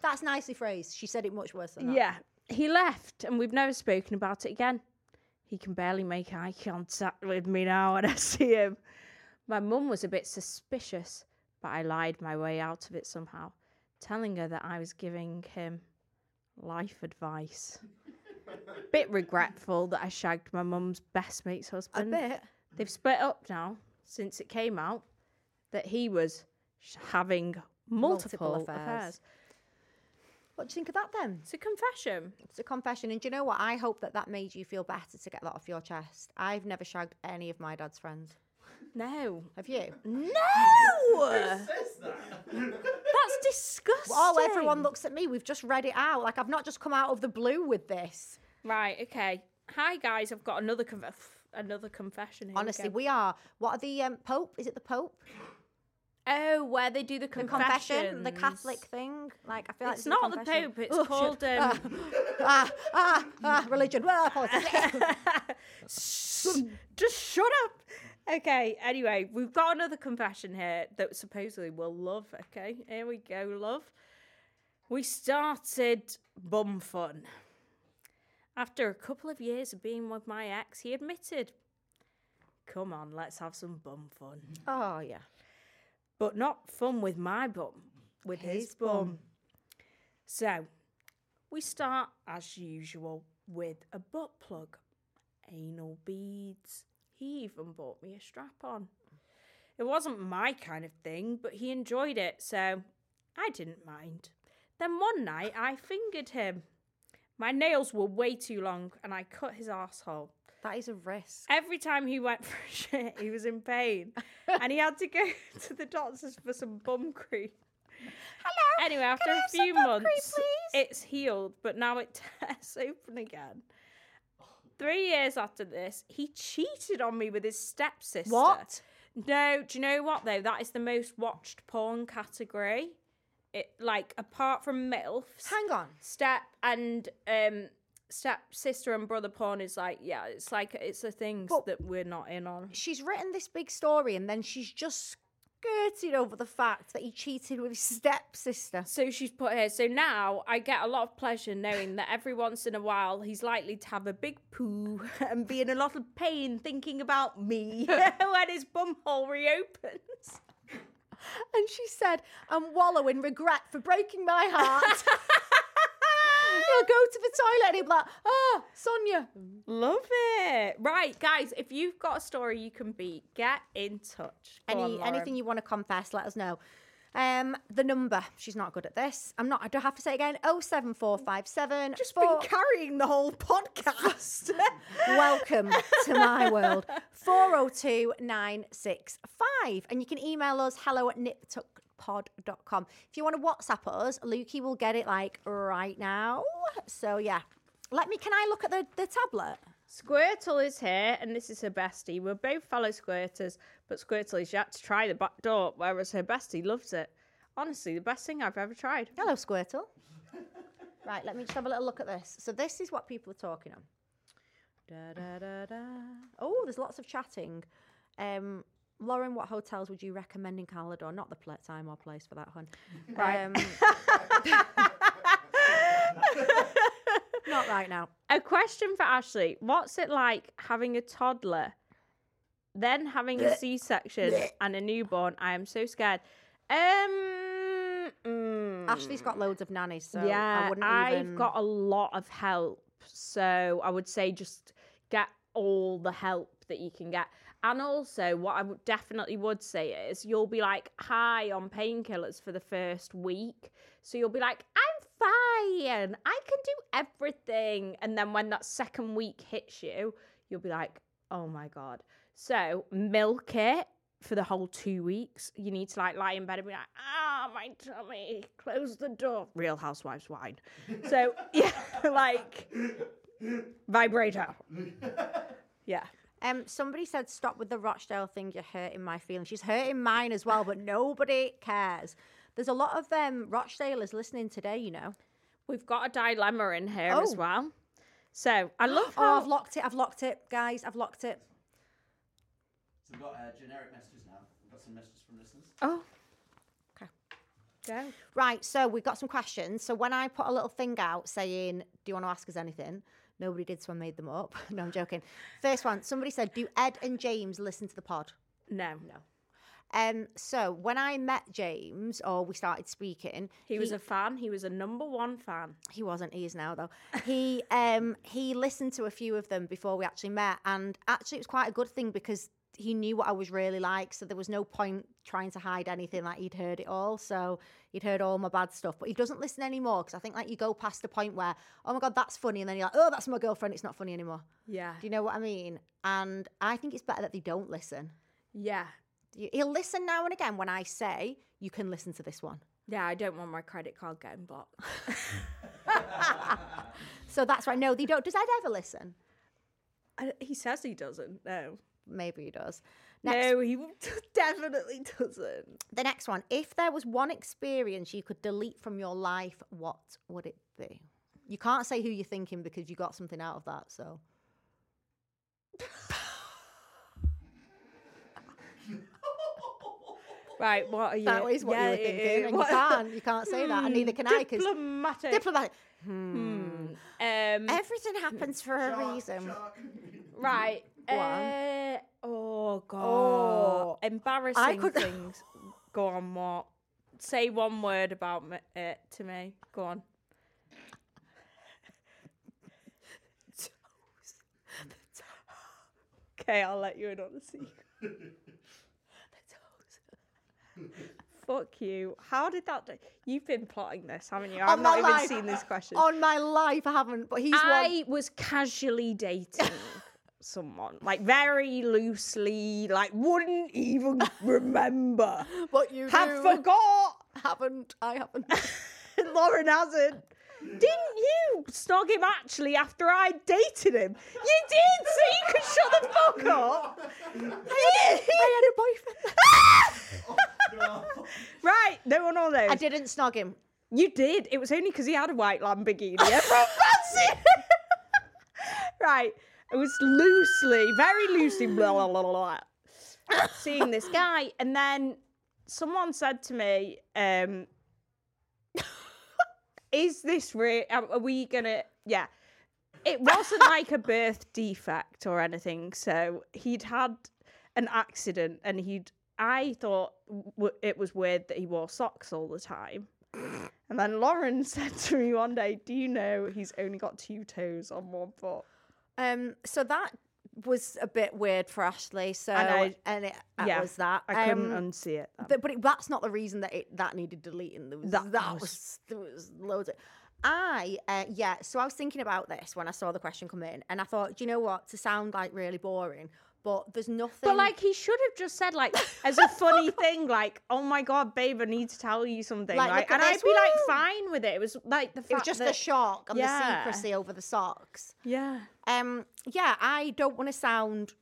Speaker 3: That's nicely phrased. She said it much worse than that.
Speaker 2: yeah. He left, and we've never spoken about it again. He can barely make eye contact with me now when I see him. My mum was a bit suspicious, but I lied my way out of it somehow, telling her that I was giving him life advice. bit regretful that I shagged my mum's best mate's
Speaker 3: A
Speaker 2: husband.
Speaker 3: bit.
Speaker 2: They've split up now since it came out that he was sh- having multiple,
Speaker 3: Multiple affairs.
Speaker 2: affairs.
Speaker 3: What do you think of that then?
Speaker 2: It's a confession.
Speaker 3: It's a confession. And do you know what? I hope that that made you feel better to get that off your chest. I've never shagged any of my dad's friends.
Speaker 2: No.
Speaker 3: Have you?
Speaker 2: No!
Speaker 4: Says that.
Speaker 2: That's disgusting.
Speaker 3: Oh, everyone looks at me. We've just read it out. Like, I've not just come out of the blue with this.
Speaker 2: Right, okay. Hi, guys. I've got another conf- another confession here.
Speaker 3: Honestly,
Speaker 2: again.
Speaker 3: we are. What are the um, Pope? Is it the Pope?
Speaker 2: Oh, where they do the
Speaker 3: The
Speaker 2: confession.
Speaker 3: confession, the Catholic thing. Like, I feel like
Speaker 2: It's
Speaker 3: this is a
Speaker 2: not the
Speaker 3: confession.
Speaker 2: Pope, it's
Speaker 3: Oh, shit.
Speaker 2: called, um,
Speaker 3: ah, ah, ah, religion. Ah, politics.
Speaker 2: Just shut up. Okay, anyway, we've got another confession here that supposedly will love. Okay, here we go, love. We started bum fun. After a couple of years of being with my ex, he admitted, Come on, let's have some bum fun.
Speaker 3: oh yeah.
Speaker 2: But not fun with my bum, with his,
Speaker 3: His
Speaker 2: bum.
Speaker 3: bum.
Speaker 2: So, we start as usual with a butt plug, anal beads. He even bought me a strap on. It wasn't my kind of thing, but he enjoyed it, so I didn't mind. Then one night I fingered him. My nails were way too long and I cut his asshole.
Speaker 3: That is a risk.
Speaker 2: Every time he went for a shit, he was in pain, and he had to go to the doctors for some bum cream.
Speaker 3: Hello.
Speaker 2: Anyway, after a few months, it's healed, but now it tears open again. Three years after this, he cheated on me with his stepsister.
Speaker 3: What?
Speaker 2: No, do you know what though? That is the most watched porn category. It like apart from MILFs
Speaker 3: Hang on.
Speaker 2: step and um step sister and brother porn is like yeah it's like it's the things
Speaker 3: But-
Speaker 2: that we're not in on
Speaker 3: She's written this big story, and then she's just skirted over the fact that he cheated with his stepsister.
Speaker 2: so she's put here so now i get a lot of pleasure knowing that every once in a while he's likely to have a big poo and be in a lot of pain thinking about me when his bumhole reopens
Speaker 3: And she said, "I'm wallow in regret for breaking my heart." He'll go to the toilet and he'll be like, "Oh, Sonia,
Speaker 2: love it right guys if you've got a story you can beat get in touch Go on,
Speaker 3: Any
Speaker 2: Lauren.
Speaker 3: anything you want to confess, let us know. Um, the number. She's not good at this. I'm not. I don't have to say it again. Oh seven four five seven.
Speaker 2: just been carrying the whole podcast
Speaker 3: Welcome to my world. 402965. And you can email us hello at niptuckpod.com. If you want to WhatsApp us, Lukey will get it like right now. So yeah. Let me can I look at the, the tablet?
Speaker 2: Squirtle is here, and this is her bestie. We're both fellow squirters, but Squirtle is yet to try the back door, whereas her bestie loves it. Honestly, the best thing I've ever tried.
Speaker 3: Hello, Squirtle. right, let me just have a little look at this. So this is what people are talking on.
Speaker 2: Da, da, da, da.
Speaker 3: Oh, there's lots of chatting. Um, Lauren, what hotels would you recommend in Caledon? Not the pl- time or place for that one. Right. Um, Not right now.
Speaker 2: A question for Ashley. What's it like having a toddler, then having a C section and a newborn? I am so scared. Um mm,
Speaker 3: Ashley's got loads of nannies, so I
Speaker 2: yeah,
Speaker 3: wouldn't
Speaker 2: I've
Speaker 3: even.
Speaker 2: got a lot of help. So I would say just get all the help that you can get. And also, what I would definitely would say is you'll be like high on painkillers for the first week. So you'll be like, I'm fine. I can do everything. And then when that second week hits you, you'll be like, oh my God. So milk it for the whole two weeks. You need to like lie in bed and be like, ah, my tummy, close the door. Real housewives wine. So yeah, like vibrator. Yeah.
Speaker 3: Um, somebody said stop with the Rochdale thing. You're hurting my feelings. She's hurting mine as well, but nobody cares. There's a lot of um, Rochdaleers listening today. You know.
Speaker 2: We've got a dilemma in here as
Speaker 3: Oh.
Speaker 2: well. So I love
Speaker 3: Oh,
Speaker 2: how
Speaker 3: I've locked it. I've locked it, guys. I've locked it.
Speaker 4: So we've got uh, generic messages now. We've got some messages from listeners.
Speaker 2: Oh.
Speaker 3: Okay.
Speaker 2: Go.
Speaker 3: Right, so we've got some questions. So when I put a little thing out saying, Do you want to ask us anything? Nobody did, so I made them up. no, I'm joking. First one, somebody said, Do Ed and James listen to the pod?
Speaker 2: No. No.
Speaker 3: Um, so when I met James or we started speaking,
Speaker 2: He was a fan. He was a number one fan.
Speaker 3: he wasn't he is now though he um he listened to a few of them before we actually met and actually it was quite a good thing because he knew what I was really like so there was no point trying to hide anything like he'd heard it all so he'd heard all my bad stuff but he doesn't listen anymore because I think like you go past the point where oh my god that's funny and then you're like oh that's my girlfriend it's not funny anymore
Speaker 2: Yeah.
Speaker 3: do you know what I mean and I think it's better that they don't listen
Speaker 2: Yeah.
Speaker 3: You- he'll listen now and again when I say you can listen to this one
Speaker 2: Yeah, I don't want my credit card getting blocked.
Speaker 3: so that's right no they don't does Ed ever listen
Speaker 2: I- he says he doesn't. No.
Speaker 3: maybe he does Next
Speaker 2: No, he definitely doesn't.
Speaker 3: The next one. If there was one experience you could delete from your life, what would it be? You can't say who you're thinking because you got something out of that. So
Speaker 2: Right, what are you?
Speaker 3: that is what you
Speaker 2: Yeah,
Speaker 3: were
Speaker 2: it-
Speaker 3: thinking.
Speaker 2: it-
Speaker 3: and you
Speaker 2: what- Hmm,
Speaker 3: can't. You can't say that. And neither can I. Because
Speaker 2: Diplomatic.
Speaker 3: diplomatic.
Speaker 2: um,
Speaker 3: Everything happens for a reason.
Speaker 2: right.
Speaker 3: Go on.
Speaker 2: Uh, oh god.
Speaker 3: Oh,
Speaker 2: Embarrassing
Speaker 3: could-
Speaker 2: things. Go on, what? Say one word about me, it to me. Go on. Okay, I'll let you in on a secret. Fuck you. How did that do? You've been plotting this, haven't you? I've
Speaker 3: On
Speaker 2: not Oh,
Speaker 3: my
Speaker 2: even
Speaker 3: life.
Speaker 2: seen this question.
Speaker 3: On my life, I haven't. But he's one.
Speaker 2: I was casually dating someone, like very loosely, like wouldn't even remember.
Speaker 3: What you
Speaker 2: have
Speaker 3: do.
Speaker 2: forgot.
Speaker 3: Haven't. I haven't.
Speaker 2: Lauren hasn't. Didn't you snog him actually after I dated him? You did, so you can shut the fuck up. I had a boyfriend. right, no one all those.
Speaker 3: I didn't snog him.
Speaker 2: You did. It was only because he had a white Lamborghini. Everyone fancied him. right. It was loosely, very loosely, blah, blah, blah, blah, blah, seeing this guy. And then someone said to me, um, Is this real? Are we going to. Yeah. It wasn't like a birth defect or anything. So he'd had an accident and he'd. I thought w- it was weird that he wore socks all the time. And then Lauren said to me one day, Do you know he's only got two toes on one foot?
Speaker 3: Um. So that was a bit weird for Ashley. So
Speaker 2: And I-
Speaker 3: and it, that was that.
Speaker 2: I couldn't
Speaker 3: Um,
Speaker 2: unsee it. then.
Speaker 3: But, but it, that's not the reason that it that needed deleting. There was,
Speaker 2: That
Speaker 3: that,
Speaker 2: was-
Speaker 3: was, there was loads of. I uh, yeah. So I was thinking about this when I saw the question come in, and I thought, do you know what? To sound like really boring, but there's nothing.
Speaker 2: But like he should have just said like as a funny thing like oh my god babe I need to tell you something
Speaker 3: Like,
Speaker 2: like,
Speaker 3: look at
Speaker 2: and I'd
Speaker 3: this,
Speaker 2: be like
Speaker 3: woo!
Speaker 2: fine with it it was like the fact
Speaker 3: it was just the
Speaker 2: that-
Speaker 3: shock and
Speaker 2: Yeah.
Speaker 3: the secrecy over the socks.
Speaker 2: yeah
Speaker 3: Um. Yeah, I don't want to sound,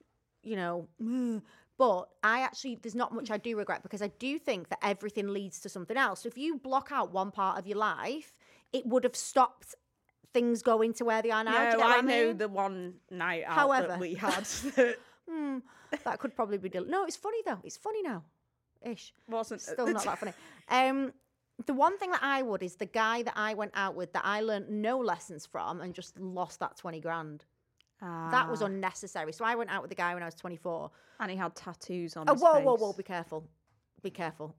Speaker 3: you know. "Ugh," But I actually, there's not much I do regret because I do think that everything leads to something else. So if you block out one part of your life, it would have stopped things going to where they are now.
Speaker 2: no
Speaker 3: Do you get what
Speaker 2: I know
Speaker 3: mean?
Speaker 2: the one night out
Speaker 3: However-
Speaker 2: that we had
Speaker 3: that could
Speaker 2: Uh,
Speaker 3: probably be del- no it's funny though it's funny now ish
Speaker 2: wasn't
Speaker 3: still not that funny um the one thing that I would is the guy that I went out with that I learned no lessons from and just lost that 20 grand. That
Speaker 2: Ah.
Speaker 3: was unnecessary. So I went out with the guy when I was 24.
Speaker 2: And he had tattoos on
Speaker 3: Oh,
Speaker 2: his
Speaker 3: whoa, whoa, whoa,
Speaker 2: face.
Speaker 3: be careful. Be careful.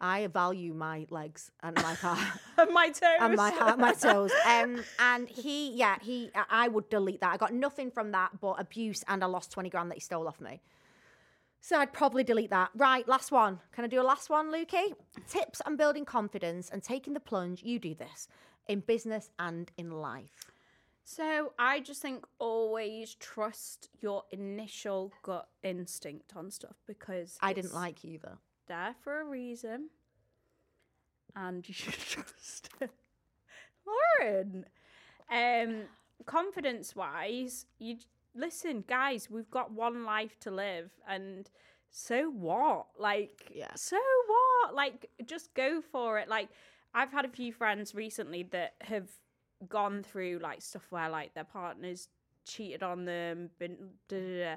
Speaker 3: I value my legs and my car.
Speaker 2: And my toes.
Speaker 3: and my ha- my toes. Um, and he, yeah, he, I- I would delete that. I got nothing from that but abuse, and I lost twenty grand that he stole off me. So I'd probably delete that. Right, last one. Can I do a last one, Lukey? Tips on building confidence and taking the plunge. You do this in business and in life.
Speaker 2: So I just think always trust your initial gut instinct on stuff because
Speaker 3: I didn't
Speaker 2: it's
Speaker 3: like you though.
Speaker 2: there for a reason, and you should trust it. Lauren. Um, confidence wise, you listen, guys. We've got one life to live, and so what? Like,
Speaker 3: Yeah.
Speaker 2: so what? Like, just go for it. Like, I've had a few friends recently that have gone through like stuff where like their partners cheated on them, been da da da.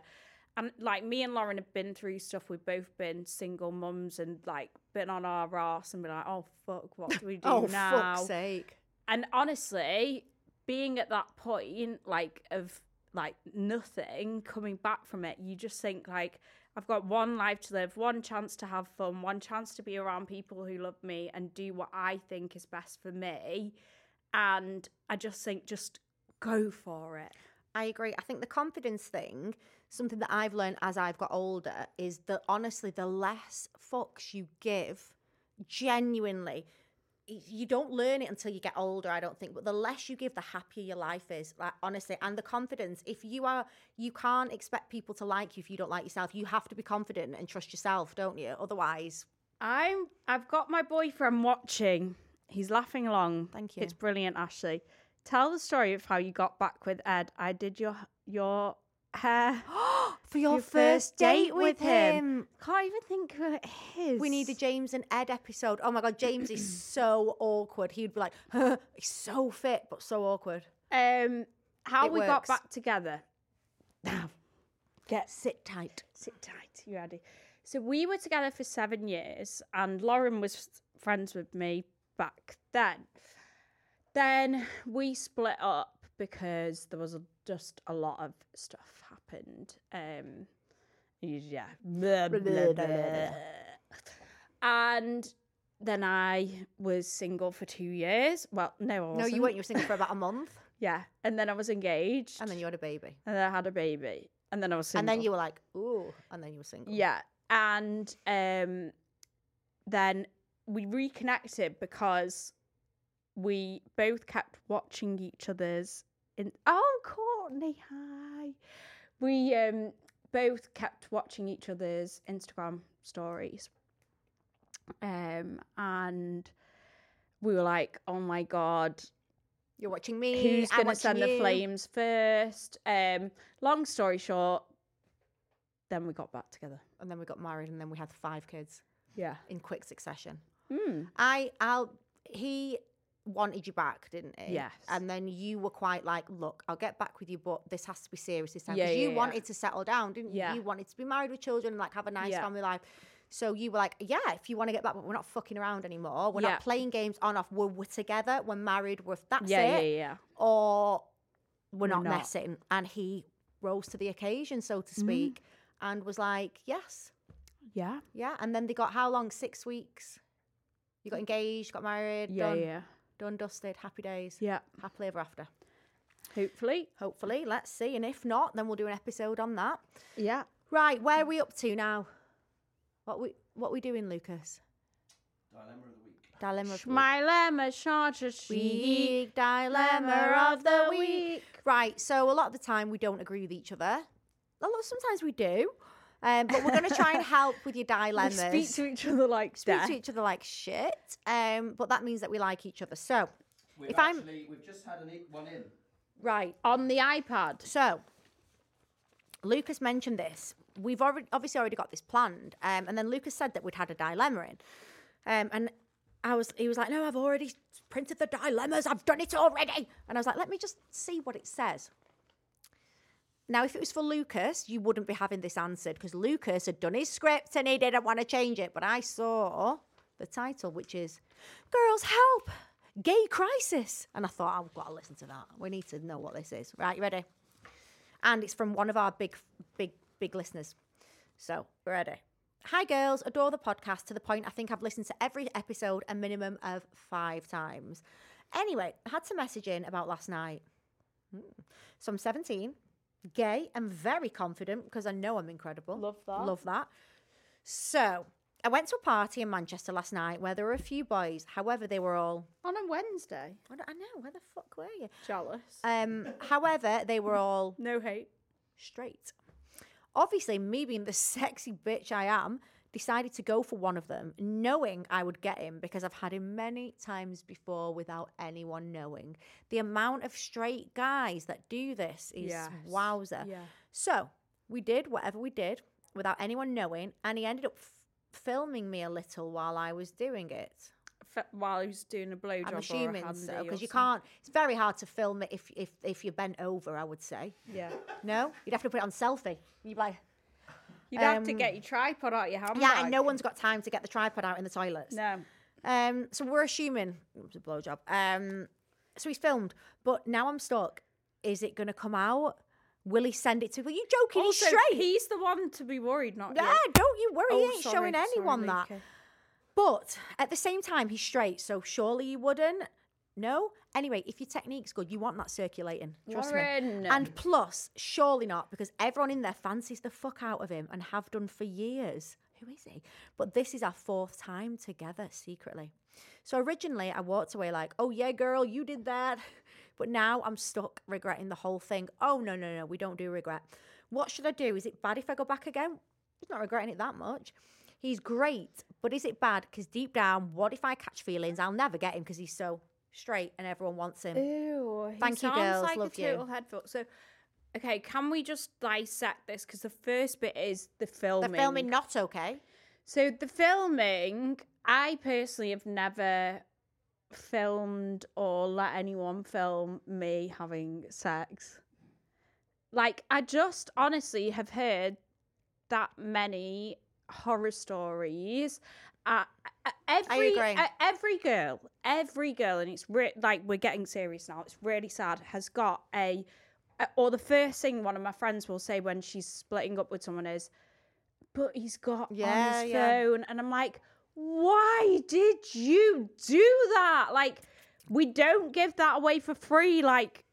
Speaker 2: And like me and Lauren have been through stuff. We've both been single mums and like been on our ass and been like, oh fuck, what do we do now?
Speaker 3: Oh, fuck's sake!
Speaker 2: and honestly being at that point like of like nothing coming back from it you just think like i've got one life to live one chance to have fun one chance to be around people who love me and do what i think is best for me and i just think just go for it
Speaker 3: I agree. I think the confidence thing, something that I've learned as I've got older, is that honestly, the less fucks you give, genuinely, y- you don't learn it until you get older, I don't think. But the less you give, the happier your life is. Like honestly, and the confidence. If you are, you can't expect people to like you if you don't like yourself. You have to be confident and trust yourself, don't you? Otherwise,
Speaker 2: i'm i've got my boyfriend watching he's laughing along
Speaker 3: Thank you.
Speaker 2: it's brilliant ashley tell the story of how you got back with ed i did your your hair
Speaker 3: for your, first, date with him.
Speaker 2: Can't even think who it is.
Speaker 3: We need a James and Ed episode. Oh my god, James is so awkward. He would be like, he's so fit but so awkward.
Speaker 2: um how
Speaker 3: It
Speaker 2: we got
Speaker 3: works.
Speaker 2: back together. Now, get
Speaker 3: Sit tight.
Speaker 2: sit tight. You ready? So we were together for seven years, and Lauren was friends with me back then. Then we split up because there was a, just a lot of stuff happened. Um, yeah, blah, blah, blah, blah. and then I was single for two years. Well, no, I
Speaker 3: No,
Speaker 2: wasn't.
Speaker 3: you weren't. You were single for about a month,
Speaker 2: Yeah, and then I was engaged,
Speaker 3: and then you had a baby,
Speaker 2: and then I had a baby, and then I was single,
Speaker 3: and then you were like, ooh, and then you were single.
Speaker 2: yeah, and um, then we reconnected because we both kept watching each other's. In oh, Courtney, hi. We um both kept watching each other's Instagram stories, um, and we were like, oh my god,
Speaker 3: You're watching me.
Speaker 2: who's
Speaker 3: I'm
Speaker 2: going to
Speaker 3: watching
Speaker 2: send the
Speaker 3: you.
Speaker 2: flames first. Um, long story short, then we got back together.
Speaker 3: And then we got married, and then we had five kids
Speaker 2: Yeah.
Speaker 3: in quick succession.
Speaker 2: Mm.
Speaker 3: I, I'll. He wanted you back, didn't he?
Speaker 2: Yes.
Speaker 3: And then you were quite like, look, I'll get back with you, but this has to be serious this time.
Speaker 2: Yeah,
Speaker 3: Because
Speaker 2: yeah,
Speaker 3: you
Speaker 2: yeah.
Speaker 3: wanted to settle down, didn't you?
Speaker 2: Yeah.
Speaker 3: You wanted to be married with children, like have a nice
Speaker 2: Yeah.
Speaker 3: family life. So you were like, yeah, if you want to get back, but we're not fucking around anymore. We're
Speaker 2: Yeah.
Speaker 3: not playing games on off. We're, we're together. We're married. We're that's
Speaker 2: yeah, yeah,
Speaker 3: it.
Speaker 2: yeah.
Speaker 3: or we're not,
Speaker 2: not. Mm-hmm.
Speaker 3: messing. And he rose to the occasion, so to speak, and was like, yes,
Speaker 2: Yeah.
Speaker 3: yeah. And then they got how long? Six weeks. You got engaged, got married,
Speaker 2: Yeah,
Speaker 3: done,
Speaker 2: yeah.
Speaker 3: done, dusted, happy days,
Speaker 2: Yeah.
Speaker 3: happily ever after.
Speaker 2: Hopefully.
Speaker 3: Hopefully, let's see. And if not, then we'll do an episode on that.
Speaker 2: Yeah.
Speaker 3: Right, where are we up to now? What we what we doing, Lucas? Dilemma of the week. Dilemma of the week.
Speaker 2: My lemma charger
Speaker 3: Week dilemma of the week. Right, so a lot of the time we don't agree with each other. A lot sometimes we do, um, but we're going to try and help with your
Speaker 2: We
Speaker 3: dilemmas.
Speaker 2: speak to each other like
Speaker 3: Speak
Speaker 2: death.
Speaker 3: to each other like shit, um, but that means that we like each other. So,
Speaker 4: We've
Speaker 3: If I'm-
Speaker 4: actually, we've just had an, e- one in.
Speaker 3: right,
Speaker 2: on the iPad.
Speaker 3: So, Lucas mentioned this. We've already obviously already got this planned, um, and then Lucas said that we'd had a dilemma in, um, and I was he was like, "No, I've already printed the dilemmas. I've done it already." And I was like, "Let me just see what it says." Now, if it was for Lucas, you wouldn't be having this answered because Lucas had done his script and he didn't want to change it. But I saw the title, which is Girls Help Gay Crisis. And I thought, I've got to listen to that. We need to know what this is. Right, you ready? And it's from one of our big, big, big listeners. So, we're ready. Hi, girls. Adore the podcast to the point I think I've listened to every episode a minimum of five times. Anyway, I had some messaging about last night. Hmm. So, I'm 17, gay, and very confident because I know I'm incredible. Love that. Love that. So, I went to a party in Manchester last night where there were a few boys. However, they were all.
Speaker 2: On a Wednesday.
Speaker 3: I don't- I know, where the fuck were you?
Speaker 2: Jealous.
Speaker 3: Um, however, they were all
Speaker 2: no hate.
Speaker 3: straight. Obviously, me being the sexy bitch I am, decided to go for one of them, knowing I would get him because I've had him many times before without anyone knowing. The amount of straight guys that do this is
Speaker 2: Yes.
Speaker 3: wowzer.
Speaker 2: Yeah.
Speaker 3: So we did whatever we did without anyone knowing, and he ended up f- filming me a little while I was doing it.
Speaker 2: F- while he was doing a blowjob.
Speaker 3: I'm assuming
Speaker 2: or a
Speaker 3: so
Speaker 2: handy or
Speaker 3: because you
Speaker 2: something.
Speaker 3: can't. It's very hard to film it if if if you're bent over. I would say
Speaker 2: Yeah.
Speaker 3: no. You'd have to put it on selfie. You'd be like.
Speaker 2: You'd have to get your tripod out your handbag.
Speaker 3: Um, Yeah, and no one's got time to get the tripod out in the toilets.
Speaker 2: No.
Speaker 3: Um, so we're assuming it was a blowjob. Um, so he's filmed, but now I'm stuck. Is it going to come out? Will he send it to? Were you joking?
Speaker 2: Also,
Speaker 3: he's straight.
Speaker 2: he's the one to be worried, not
Speaker 3: yeah,
Speaker 2: you.
Speaker 3: don't you worry.
Speaker 2: Oh,
Speaker 3: he ain't
Speaker 2: sorry,
Speaker 3: showing
Speaker 2: sorry,
Speaker 3: anyone that.
Speaker 2: Luca.
Speaker 3: But at the same time, he's straight, so surely you wouldn't. No. Anyway, if your technique's good, you want that circulating. Trust
Speaker 2: Warren.
Speaker 3: me. And plus, surely not, because everyone in there fancies the fuck out of him and have done for years. Who is he? But this is our fourth time together secretly. So originally, I walked away like, "Oh yeah, girl, you did that." But now I'm stuck regretting the whole thing. Oh no, no, no, we don't do regret. What should I do? Is it bad if I go back again? He's not regretting it that much. He's great, but is it bad? Because deep down, what if I catch feelings? I'll never get him because he's so straight and everyone wants him.
Speaker 2: Ew, he
Speaker 3: Thank you,
Speaker 2: sounds
Speaker 3: girls,
Speaker 2: Like
Speaker 3: love
Speaker 2: a
Speaker 3: you.
Speaker 2: total head fuck. So, okay, can we just dissect this? Because the first bit is the filming.
Speaker 3: They're filming not okay.
Speaker 2: So the filming, I personally have never filmed or let anyone film me having sex. Like I just honestly have heard that many horror stories. Uh, uh, every
Speaker 3: agree.
Speaker 2: uh, every girl, every girl, and it's re- like we're getting serious now. It's really sad. Has got a uh, or the first thing one of my friends will say when she's splitting up with someone is, but he's got on
Speaker 3: Yeah,
Speaker 2: his
Speaker 3: yeah.
Speaker 2: phone, and I'm like, why did you do that? Like, we don't give that away for free. Like,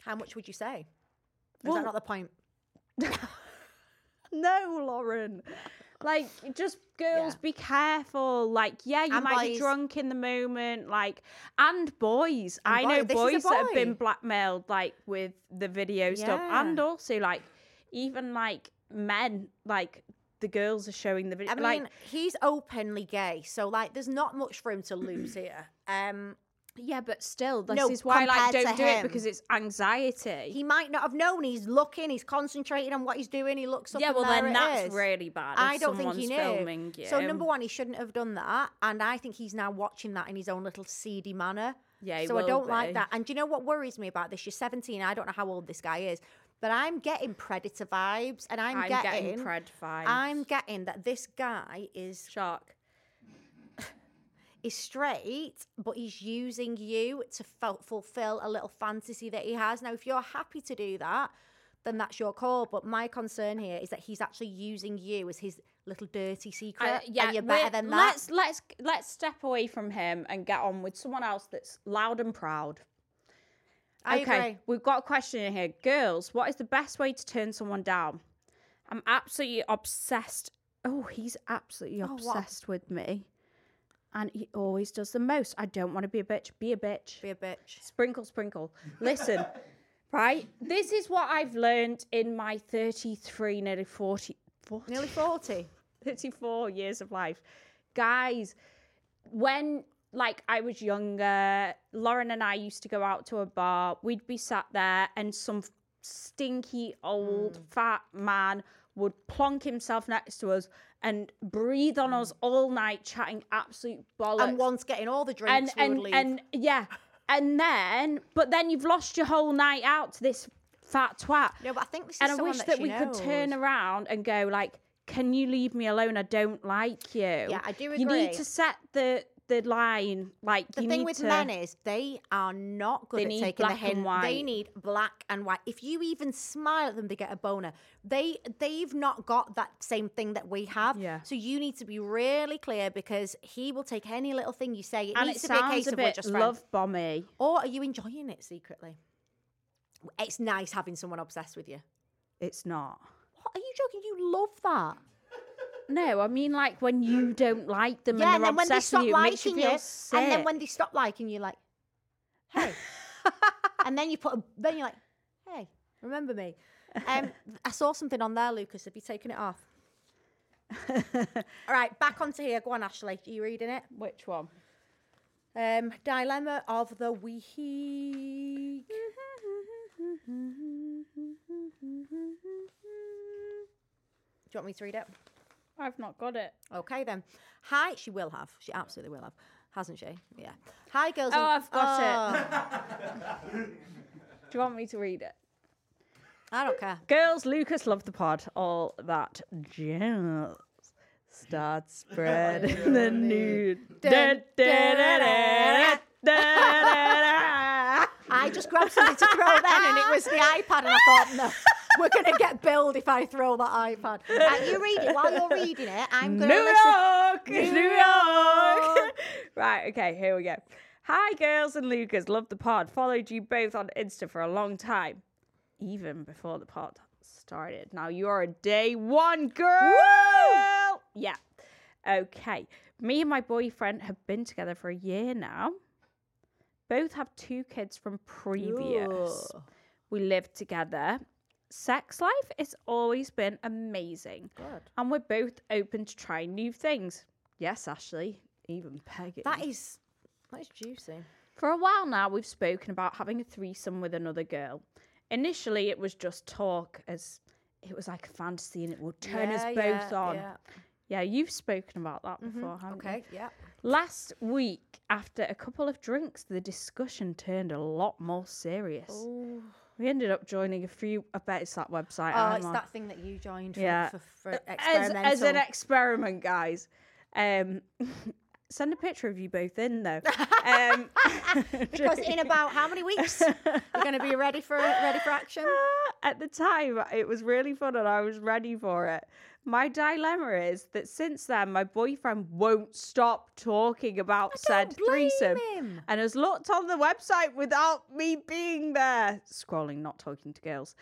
Speaker 3: How much would you say? Is
Speaker 2: Well-
Speaker 3: that not the point?
Speaker 2: no, Lauren. Like, just girls,
Speaker 3: Yeah.
Speaker 2: be careful. Like, yeah, you
Speaker 3: And
Speaker 2: might be
Speaker 3: boys.
Speaker 2: drunk in the moment. Like, and boys.
Speaker 3: And
Speaker 2: I know
Speaker 3: boy-
Speaker 2: boys
Speaker 3: this is a
Speaker 2: that have been
Speaker 3: boy.
Speaker 2: blackmailed, like, with the video stuff.
Speaker 3: Yeah.
Speaker 2: And also, like, even like men, like, the girls are showing the video.
Speaker 3: I mean,
Speaker 2: like,
Speaker 3: he's openly gay, so like, there's not much for him to lose here. Um,
Speaker 2: yeah, but still, this
Speaker 3: No,
Speaker 2: is why, like,
Speaker 3: compared to
Speaker 2: don't do it
Speaker 3: him.
Speaker 2: because it's anxiety.
Speaker 3: he might not have known. He's looking. He's concentrating on what he's doing. He looks up.
Speaker 2: yeah,
Speaker 3: and
Speaker 2: well,
Speaker 3: there
Speaker 2: then
Speaker 3: it
Speaker 2: that's
Speaker 3: is.
Speaker 2: really bad. if
Speaker 3: I don't think he
Speaker 2: someone's
Speaker 3: knew.
Speaker 2: Filming you.
Speaker 3: So number one, he shouldn't have done that, and I think he's now watching that in his own little seedy manner.
Speaker 2: Yeah, he
Speaker 3: so I
Speaker 2: will
Speaker 3: don't like
Speaker 2: be.
Speaker 3: that. And do you know what worries me about this? You're 17. I don't know how old this guy is, but I'm getting predator vibes, and I'm,
Speaker 2: I'm
Speaker 3: getting,
Speaker 2: getting pred vibes.
Speaker 3: I'm getting that this guy is
Speaker 2: shark.
Speaker 3: is straight, but he's using you to ful- fulfill a little fantasy that he has. Now, if you're happy to do that, then that's your call. But my concern here is that he's actually using you as his little dirty secret.
Speaker 2: I- yeah,
Speaker 3: and you're
Speaker 2: we're-
Speaker 3: better than that.
Speaker 2: Let's let's let's step away from him and get on with someone else that's loud and proud.
Speaker 3: I
Speaker 2: okay,
Speaker 3: agree.
Speaker 2: we've got a question in here, girls. What is the best way to turn someone down? I'm absolutely obsessed. Oh, he's absolutely
Speaker 3: Oh, what a-
Speaker 2: obsessed with me, and he always does the most. I don't want to be a bitch. Be a bitch.
Speaker 3: Be a bitch.
Speaker 2: Sprinkle, sprinkle. Listen, right? This is what I've learned in my 33, nearly 40, 40
Speaker 3: Nearly 40.
Speaker 2: 34 years of life. Guys, when like I was younger, Lauren and I used to go out to a bar. We'd be sat there and some f- stinky old
Speaker 3: Hmm.
Speaker 2: fat man would plonk himself next to us and breathe on us all night chatting absolute bollocks
Speaker 3: And once getting all the drinks, we would
Speaker 2: and
Speaker 3: leave.
Speaker 2: and yeah, and then but then you've lost your whole night out to this fat twat.
Speaker 3: no, but I think this is
Speaker 2: and I
Speaker 3: someone
Speaker 2: wish that,
Speaker 3: that, she
Speaker 2: we could turn
Speaker 3: knows.
Speaker 2: around and go like, can you leave me alone? I don't like you.
Speaker 3: Yeah, I do
Speaker 2: You need
Speaker 3: agree.
Speaker 2: to set the the line. Like
Speaker 3: The
Speaker 2: you
Speaker 3: thing
Speaker 2: need
Speaker 3: with
Speaker 2: to,
Speaker 3: men is they are not good
Speaker 2: They
Speaker 3: at
Speaker 2: need
Speaker 3: taking the
Speaker 2: black and
Speaker 3: hint. They
Speaker 2: white.
Speaker 3: need black and white. If you even smile at them, they get a boner. They they've not got that same thing that we have.
Speaker 2: Yeah.
Speaker 3: So you need to be really clear because he will take any little thing you say. It
Speaker 2: and it
Speaker 3: needs to be a
Speaker 2: sounds
Speaker 3: case
Speaker 2: a,
Speaker 3: of we're
Speaker 2: bit
Speaker 3: just friends.
Speaker 2: love bomby.
Speaker 3: Or are you enjoying it secretly? It's nice having someone obsessed with you.
Speaker 2: It's not.
Speaker 3: What are you joking? You love that.
Speaker 2: No, I mean like when you don't like them and
Speaker 3: yeah, and
Speaker 2: they're
Speaker 3: then when they
Speaker 2: obsessed with
Speaker 3: stop
Speaker 2: you, it makes you
Speaker 3: liking
Speaker 2: feel
Speaker 3: you,
Speaker 2: sick.
Speaker 3: and then when they stop liking you, like, hey, and then you put, a, then you're like, hey, remember me? Um, I saw something on there, Lucas. Have you taken it off? All right, back onto here. Go on, Ashley. Are you reading it?
Speaker 2: which one?
Speaker 3: Um, dilemma of the week. Do you want me to read it?
Speaker 2: I've not got it.
Speaker 3: Okay then. Hi, she will have. She absolutely will have, hasn't she? Yeah. Hi, girls.
Speaker 2: Oh,
Speaker 3: and-
Speaker 2: I've got
Speaker 3: Oh,
Speaker 2: Do you want me to read it?
Speaker 3: I don't care.
Speaker 2: Girls, Lucas loved the pod. All that jazz. Start spreading the nude.
Speaker 3: Dun, dun, dun, dun, I just grabbed something to throw then, and it was the iPad, and I thought, no, we're gonna get billed if I throw that iPad. Uh, you read it while you're reading it. I'm
Speaker 2: New
Speaker 3: gonna listen.
Speaker 2: York, New York. right, okay, here we go. Hi, girls and Lucas, love the pod. Followed you both on Insta for a long time, even before the pod started. Now you are a day one girl. Yeah. Okay. Me and my boyfriend have been together for a year now. Both have two kids from previous. We live together. Sex life has always been amazing. And we're both open to trying new things. Yes, Ashley, even Peggy.
Speaker 3: That is that is juicy.
Speaker 2: For a while now, we've spoken about having a threesome with another girl. Initially, it was just talk, as it was like a fantasy and it would turn us
Speaker 3: Yeah,
Speaker 2: both
Speaker 3: yeah,
Speaker 2: on.
Speaker 3: yeah. Mm-hmm.
Speaker 2: Yeah, you've spoken about that before, haven't you?
Speaker 3: Okay. Yeah.
Speaker 2: Last week, after a couple of drinks, the discussion turned a lot more serious. We ended up joining a few. I bet it's that website.
Speaker 3: Oh,
Speaker 2: I'm
Speaker 3: it's
Speaker 2: on.
Speaker 3: that thing that you joined for,
Speaker 2: Yeah.
Speaker 3: for, for
Speaker 2: as,
Speaker 3: experimental.
Speaker 2: as an experiment, guys. Um, send a picture of you both in though. um,
Speaker 3: because in about how many weeks you're going to be ready for ready for action?
Speaker 2: at the time, it was really fun and I was ready for it. My dilemma is that since then, my boyfriend won't stop talking about said
Speaker 3: don't blame
Speaker 2: threesome
Speaker 3: him.
Speaker 2: and has looked on the website without me being there. Scrolling, not talking to girls.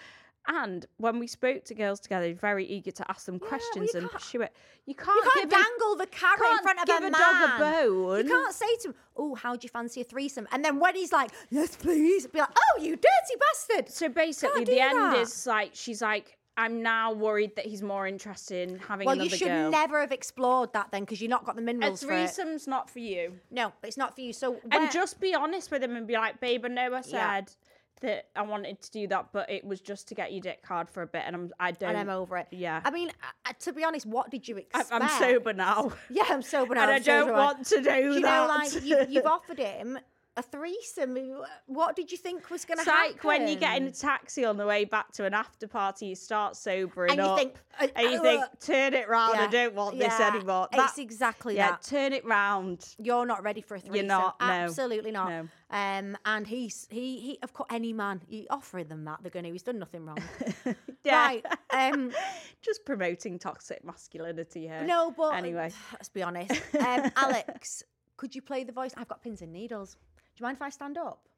Speaker 2: And when we spoke to girls together, very eager to ask them questions and pursue it. You can't,
Speaker 3: You can't
Speaker 2: give a-
Speaker 3: dangle the carrot in
Speaker 2: can't
Speaker 3: front of
Speaker 2: give
Speaker 3: a,
Speaker 2: a
Speaker 3: man.
Speaker 2: dog a bone.
Speaker 3: You can't say to him, "Oh, how do you fancy a threesome?" And then when he's like, "Yes, please," be like, "Oh, you dirty bastard!"
Speaker 2: So basically,
Speaker 3: Can't do
Speaker 2: the end
Speaker 3: that.
Speaker 2: is like she's like, I'm now worried that he's more interested in having
Speaker 3: well,
Speaker 2: another
Speaker 3: you should
Speaker 2: girl.
Speaker 3: never have explored that then because you've not got the
Speaker 2: a
Speaker 3: minerals for it.
Speaker 2: threesome's not for you.
Speaker 3: No, it's not for you. So where-
Speaker 2: And just be honest with him and be like, babe, I know I said that I wanted to do that, but it was just to get your dick hard for a bit, and I'm I don't.
Speaker 3: and I'm over it.
Speaker 2: Yeah.
Speaker 3: I mean, uh, to be honest, what did you
Speaker 2: I-
Speaker 3: expect?
Speaker 2: I'm sober now.
Speaker 3: Yeah, I'm sober now.
Speaker 2: And
Speaker 3: I'm
Speaker 2: I don't
Speaker 3: sober.
Speaker 2: want to do that.
Speaker 3: you know, like you, you've offered him a threesome. What did you think was going to
Speaker 2: It's
Speaker 3: happen?
Speaker 2: like when you get in a taxi on the way back to an after party, you start sobering
Speaker 3: And you
Speaker 2: up,
Speaker 3: think, uh,
Speaker 2: and you
Speaker 3: uh,
Speaker 2: think, turn it round. I
Speaker 3: yeah,
Speaker 2: don't want this
Speaker 3: yeah,
Speaker 2: anymore.
Speaker 3: it's exactly
Speaker 2: yeah,
Speaker 3: that.
Speaker 2: turn it round.
Speaker 3: You're not ready for a threesome.
Speaker 2: not, no.
Speaker 3: Absolutely not.
Speaker 2: No.
Speaker 3: Um, and he's he he. Of course, any man you offer them that they're going to. He's done nothing wrong.
Speaker 2: Yeah.
Speaker 3: Right. Um,
Speaker 2: Just promoting toxic masculinity here.
Speaker 3: no, but
Speaker 2: anyway,
Speaker 3: let's be honest. Um, Alex, could you play the voice? I've got pins and needles. Do you mind if I stand up?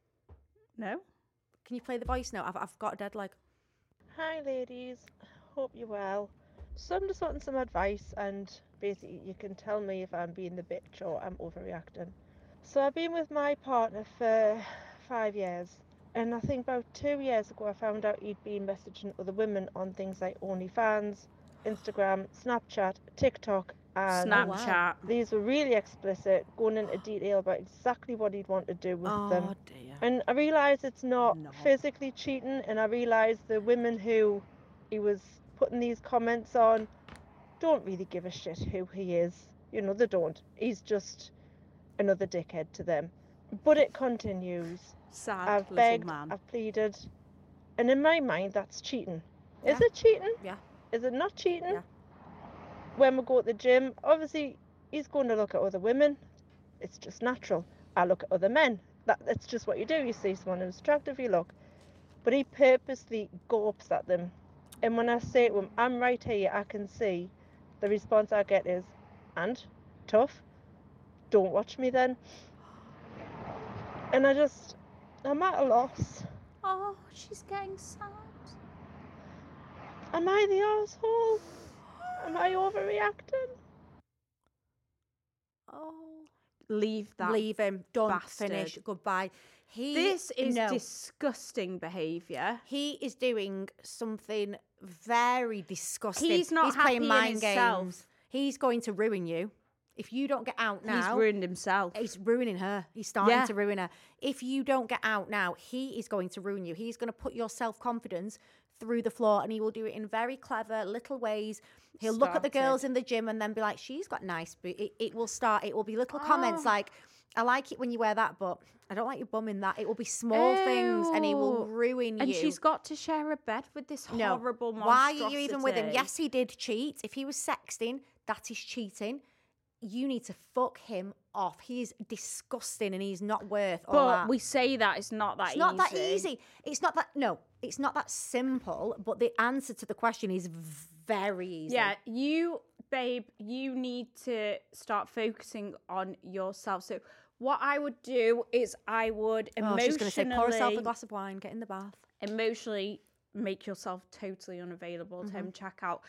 Speaker 2: no.
Speaker 3: Can you play the voice note? I've, I've got a dead leg.
Speaker 6: Hi, ladies. Hope you're well. So I'm just wanting some advice, and basically, you can tell me if I'm being the bitch or I'm overreacting. So I've been with my partner for five years, and I think about two years ago, I found out he'd been messaging other women on things like OnlyFans, Instagram, Snapchat, TikTok,
Speaker 5: Uh,
Speaker 6: and
Speaker 2: Snapchat.
Speaker 6: these were really explicit, going into detail about exactly what he'd want to do with
Speaker 2: Oh,
Speaker 3: Oh,
Speaker 6: them. And I realise it's not physically cheating, and I realise the women who he was putting these comments on don't really give a shit who he is. You know, they don't. He's just another dickhead to them. But it continues.
Speaker 2: Sad
Speaker 6: I've
Speaker 2: little
Speaker 6: begged,
Speaker 2: man.
Speaker 6: I've pleaded, and in my mind, that's cheating. Is it cheating?
Speaker 3: Yeah.
Speaker 6: Is it not cheating?
Speaker 3: Yeah.
Speaker 6: when we go to the gym, obviously he's going to look at other women. It's just natural. I look at other men. That, that's just what you do. You see someone who's attractive, you look. But he purposely gawps at them. And when I say to him, I'm right here, I can see, the response I get is, and? Tough? Don't watch me then. And I just, I'm at a loss.
Speaker 2: Oh, she's getting sad.
Speaker 6: Am I the asshole? Am I overreacting?
Speaker 2: Oh. Leave that.
Speaker 3: Leave him. Done.
Speaker 2: bastard.
Speaker 3: Finish. Goodbye. He
Speaker 2: This is
Speaker 3: no.
Speaker 2: disgusting behaviour.
Speaker 3: he is doing something very disgusting.
Speaker 2: He's not happy in himself.
Speaker 3: He's going to ruin you if you don't get out now.
Speaker 2: He's ruined himself.
Speaker 3: He's ruining her. He's starting
Speaker 2: Yeah.
Speaker 3: to ruin her. If you don't get out now, he is going to ruin you. He's going to put your self confidence through the floor and he will do it in very clever little ways. He'll look at the girls in the gym and then be like, she's got nice boobs. It, it will start, it will be little comments
Speaker 2: Ah.
Speaker 3: like, I like it when you wear that, but I don't like you bumming that. It will be small things and he will
Speaker 2: Ew.
Speaker 3: ruin
Speaker 2: And
Speaker 3: you.
Speaker 2: she's got to share a bed with this
Speaker 3: No.
Speaker 2: horrible
Speaker 3: Why are you even with him?
Speaker 2: monstrosity.
Speaker 3: Yes, he did cheat. If he was sexting, that is cheating. You need to fuck him off. He is disgusting and he's not worth
Speaker 2: But
Speaker 3: all that.
Speaker 2: we say that it's not that
Speaker 3: it's
Speaker 2: easy.
Speaker 3: not that easy. It's not that no, it's not that simple, but the answer to the question is very easy.
Speaker 2: Yeah, you, babe, you need to start focusing on yourself. So, what I would do is I would
Speaker 3: Oh, she
Speaker 2: emotionally,
Speaker 3: was going to say, pour herself a glass of wine, get in the bath.
Speaker 2: emotionally make yourself totally unavailable to him. Check out